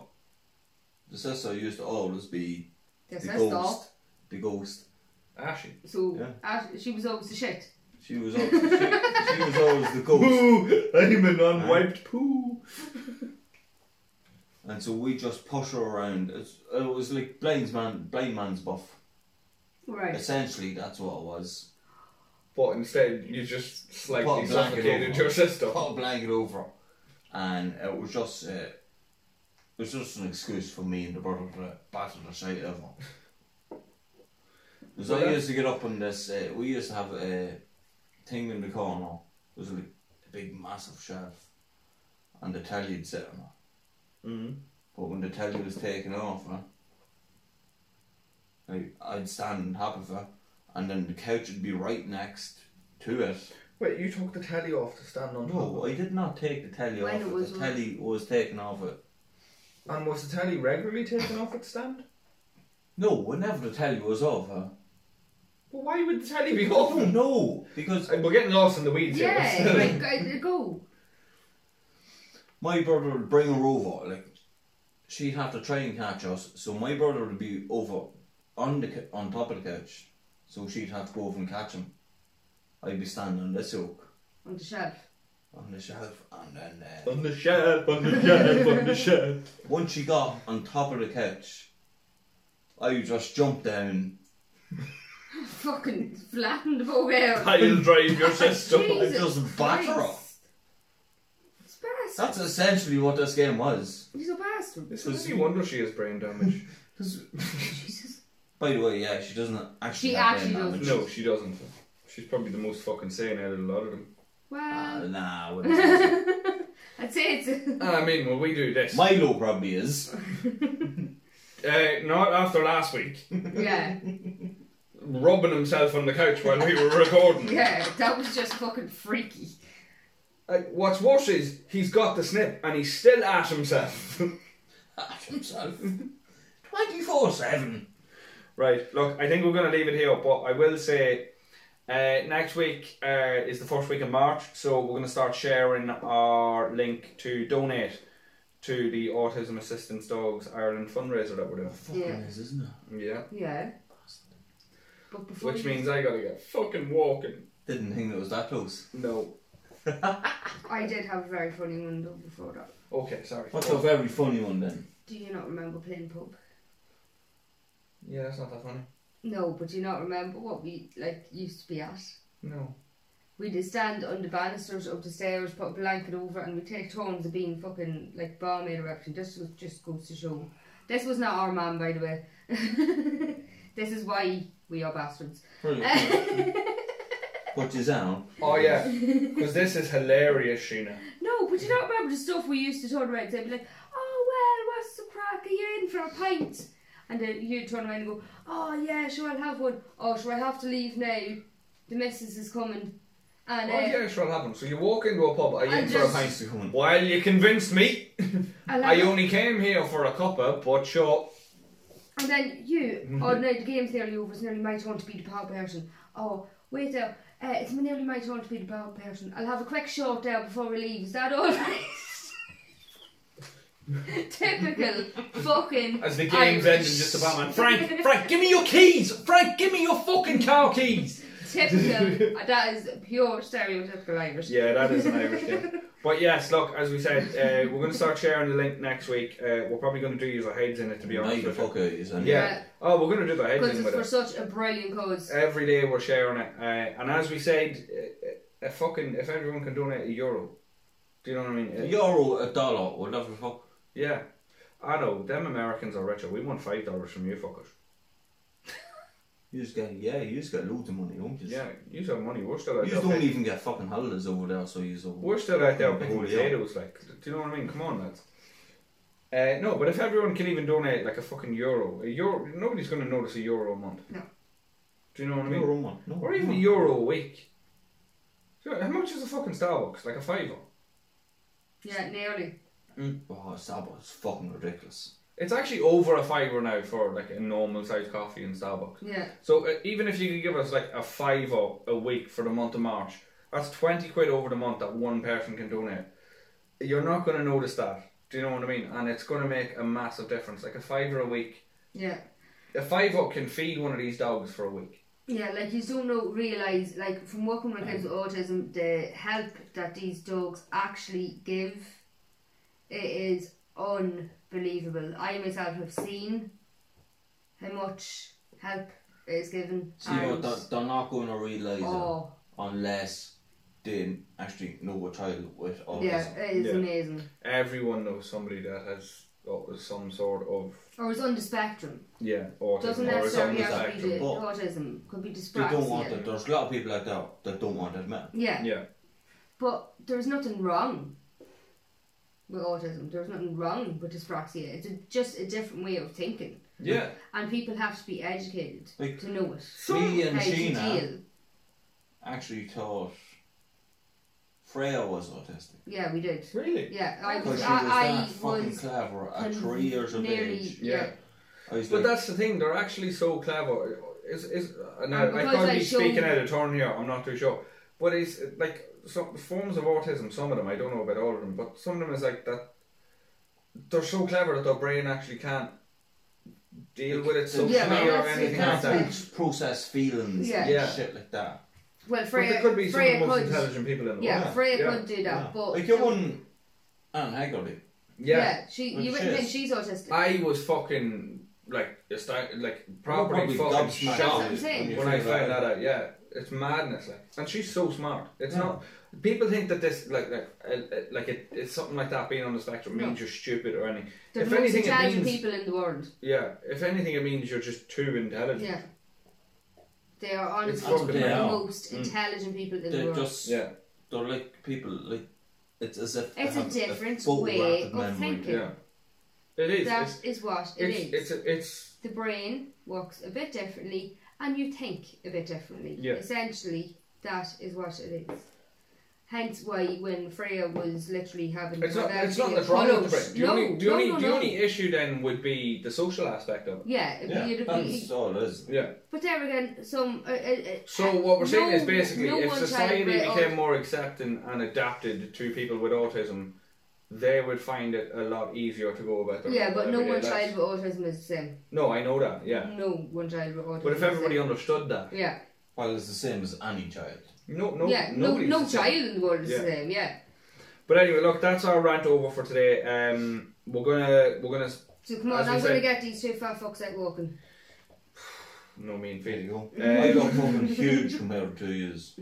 The sister used to always be
Yes,
the
that's all.
ghost. The ghost.
Ashy.
So
Yeah.
uh, she was always the shit.
She was always she, she was always the ghost.
Poo! I'm an unwiped poo.
And so we just push her around. It's, it was like blind man blind man's buff.
Right.
Essentially that's what it was.
But instead, you just
Put
slightly
a blanket
suffocated
over.
your sister.
Put a blanket over her. And it was just uh, it was just an excuse for me and the brother to batter the shit out of her. Because I
Well,
used to get up on this, uh, we used to have a thing in the corner. It was like a big massive shelf. And the telly'd sit on it.
Mm-hmm.
But when the telly was taken off, huh, like, I'd stand on top of her. And then the couch would be right next to it.
Wait, you took the telly off to stand on
No, I did not take the telly
When
off
it
it.
was
The
on.
telly was taken off it.
top. And was the telly regularly taken off at stand?
No, whenever the telly was off her.
Well, why would the telly be
Oh
off?
no, because
Uh, We're getting lost in the weeds
Yeah,
here.
like, go- go.
my brother would bring her over. Like she'd have to try and catch us, so my brother would be over on the cou- on top of the couch, so she'd have to go over and catch him. I'd be standing on this oak
On the shelf.
on the shelf, and then uh,
on the shelf, on the shelf, on the shelf.
once she got on top of the couch, I would just jump down.
Fucking flattened over there.
Pile drive your sister.
Jeez.
I'd
Jesus
just batter her.
Christ. He's a bastard.
That's essentially what this game was.
He's a bastard.
This is no wonder she has brain damage.
Jesus.
By the way, yeah, she doesn't actually.
She
have
actually
brain
doesn't.
damage.
no, she doesn't. She's probably the most fucking sane out of a lot of them.
Ah,
Well,
nah, I wouldn't say so.
I'd say it's.
I mean, well, we do this.
Milo probably is.
Uh, not after last week.
yeah,
Robbing himself on the couch while we were recording.
yeah, that was just fucking freaky.
Like, Uh, what's worse is he's got the snip and he's still at himself.
At himself. 24 7.
right, look, I think we're going to leave it here, but I will say uh, next week uh, is the first week of March, so we're going to start sharing our link to donate to the Autism Assistance Dogs Ireland fundraiser that we're doing.
Fucking
Yeah.
is, isn't it?
Yeah.
Yeah. But before
Which
you-
means I got to get fucking walking.
Didn't think it was that close.
No.
I did have a very funny one though before that.
Okay, sorry. Oh.
What's a very funny one then?
Do you not remember playing pub?
Yeah, that's not that funny.
No, but do you not remember what we like used to be at?
No.
We'd stand on the banisters up the stairs, put a blanket over, it, and we'd take turns of being fucking like barmaid or everything. This was just goes to show. This was not our man, by the way. this is why we are bastards.
What is out?
Oh yeah, because this is hilarious, Sheena.
No, but you don't remember the stuff we used to turn around and say, like, oh, well, what's the crack? Are you in for a pint? And then you turn around and go, oh, yeah, sure, I'll have one. Oh, sure, I have to leave now. The missus is coming.
Oh
And uh,
yeah, sure I'll have them. So you walk into a pub, are you
I
in for a
just-
pint?
Thanks for coming.
Well, you convinced me.
I'll have
I only came here for a cuppa, but sure.
And
Mm-hmm.
then you, oh no, the game's nearly over, it's nearly my turn to be the power person. Oh, wait there, uh, it's nearly my turn to be the power person. I'll have a quick short there before we leave, is that alright? Typical fucking.
As the game's
Irish.
ending, just a Batman. Frank, Frank, give me your keys. Frank, give me your fucking car keys.
Typical. uh, that is pure stereotypical Irish.
Yeah, that is an Irish thing. But yes, look, as we said, uh, we're going to start sharing the link next week. Uh, we're probably going to do use our heads in it, to be honest
the
with you.
fucker is anyway.
Yeah. Oh, we're going to do the heads
Because
in
it's
with
for
it. Uh,
such a brilliant cause.
Every day we're sharing it. Uh, and as we said, uh, uh, a fucking if everyone can donate a euro, do you know what I mean?
A
Uh,
euro, a dollar, whatever the fuck.
yeah. I know, them Americans are richer. We want $5 dollars from you fuckers.
You just get, yeah, you just get loads of money, don't you?
Yeah, you have money. We're still out
You just
there.
don't
picking-
even get fucking holidays over there, so you just.
We're still out there picking
Oh, yeah.
potatoes. Like, do you know what I mean? Come on, lads. Uh, no, but if everyone can even donate like a fucking euro, a euro, nobody's going to notice a euro a month.
No.
Do you know what I mean?
Euro one. No,
Or even a
no.
euro a week. So How much is a fucking Starbucks? Like a fiver.
Yeah, nearly.
Oh, Starbucks is fucking ridiculous.
It's actually over a fiver now for like a normal sized coffee in Starbucks.
Yeah.
So uh, even if you could give us like a fiver a week for the month of March, that's twenty quid over the month that one person can donate. You're not going to notice that. Do you know what I mean? And it's going to make a massive difference. Like a fiver a week,
Yeah.
a fiver can feed one of these dogs for a week.
Yeah, like you don't know, realise, like from working with kids with autism, the help that these dogs actually give, it is unbelievable. I myself have seen how much help is given.
See, you know,
and-
they're, they're not going to realise
oh,
it unless they actually know a child with autism.
yeah, it is
Oh, Yeah.
amazing.
Everyone knows somebody that has uh, some sort of
Or it's on the spectrum.
yeah autism
Doesn't
or is on
necessarily
the
have to be
spectrum.
the
but-
autism. Could be
They
dyspraxia.
don't want it. There's a lot of people out there that don't want it, man.
Yeah.
Yeah,
But there's nothing wrong with autism. There's nothing wrong with dyspraxia. It's a, just a different way of thinking.
yeah.
And people have to be educated
Like,
to know it.
me and
How to
Sheena
deal.
actually thought Freya was autistic.
Yeah, we did.
Really?
Yeah, I
Because
was.
she was
I,
that
I
fucking
was
clever at
con-
three years of
nearly-
age.
Yeah.
Yeah.
I was
But
like,
that's the thing, they're actually so clever. Is is and I,
And
I
because
could
I
be
show-
speaking out of turn here. I'm not too sure, but it's like some forms of autism. Some of them, I don't know about all of them, but some of them is like that. They're so clever that their brain actually can't deal with it socially
Yeah, but
or
that's-
anything
it
like
can't
that.
be-
can't process feelings
Yeah.
and
Yeah.
shit like that.
well.
But
Freya,
there could be some of
Freya
the most
could.
intelligent people in the
Yeah,
world.
Yeah,
Freya
yeah.
could do that, but
like you wouldn't Anne Haggerty.
Yeah,
Yeah.
she.
Well,
You
she
wouldn't
is.
think she's autistic.
I was fucking like asti- like
Probably
properly fucking
gobsmacked
shocked.
That's what I'm saying.
you
when I
figure
found
out.
that out, yeah, it's madness. Like, and she's so smart. It's
Yeah.
not. People think that this, like, like, uh, uh, like it, it's something like that being on the spectrum
No.
means you're stupid or anything.
They're
if
the most
anything, it
intelligent
means
people in the world.
yeah. If anything, it means you're just too intelligent.
Yeah, they are
It's
honestly
fucking
the
mad.
most
Mm.
intelligent people in the
They're
world.
just
Yeah,
they're like people like it's as if they
It's a
have
different
photographic
way of
memory.
thinking.
yeah. It is.
That
it's,
is what it
it's,
is.
it's, a- it's
the brain works a bit differently and you think a bit differently.
Yeah.
Essentially, that is what it is. Hence why when Freya was literally having
it's not
her
it's not
vaccine
the problem.
followed-
The
No,
only the
no,
only
no,
the
no.
only issue then would be the social aspect of it.
Yeah, it'd
Yeah,
be- it'd be-
that's all it is.
Yeah.
but there again, some. Uh, uh, uh,
So what we're saying
no-
is basically,
no
if
one child
society
with aut-
became more accepting and adapted to people with autism, they would find it a lot easier to go about their
yeah, but no
everyday
one
lives.
child with autism is the same.
No, I know that. Yeah,
No one child with autism.
but if
is the
everybody
same.
understood that,
yeah,
Well it's the same as any child.
no, no,
yeah, no,
nobody's
no
the same.
child in the world is
Yeah.
the same. Yeah,
But anyway, look, that's our rant over for today. Um, we're gonna, we're gonna.
so
As we
come on, I'm going
said-
to get these two fat fucks out walking.
No mean
There
feeling.
you go.
Uh,
I look fucking huge compared to yous.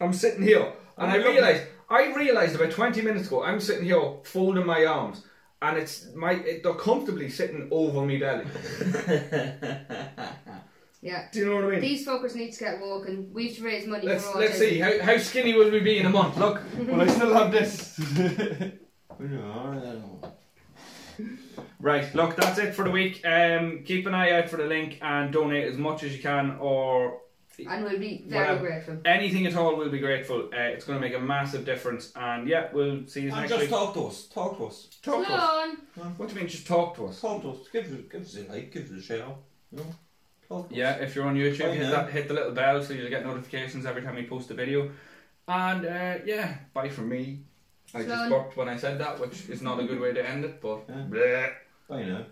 I'm sitting here, and I
Oh, yeah.
realised, I realised about 20 minutes ago, I'm sitting here folding my arms, and it's my, it, they're comfortably sitting over me belly.
Yeah,
Do you know what I mean?
these fuckers need to get walking. We've raised money
Let's
for autism.
let's see how, how skinny will we be in a month. Look, will I still have this? right, look, that's it for the week. Um, keep an eye out for the link and donate as much as you can, or
and we'll be very
Whatever.
grateful.
anything at all. We'll be grateful. Uh, it's going to make a massive difference. And yeah, we'll see you
And
next
just
week.
talk to us. Talk to us.
Talk to
Come
us.
on.
What do you mean? Just talk to us.
Talk to us. Give us give us a like, give us a share. You know? Talk to
Yeah,
us.
if you're on YouTube,
Oh,
hit
yeah.
that, hit the little bell so you'll get notifications every time we post a video. And uh, yeah, bye from me. I just
Slán.
burped when I said that, which is not a good way to end it, but
Yeah.
bleh.
Bye now.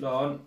Slán.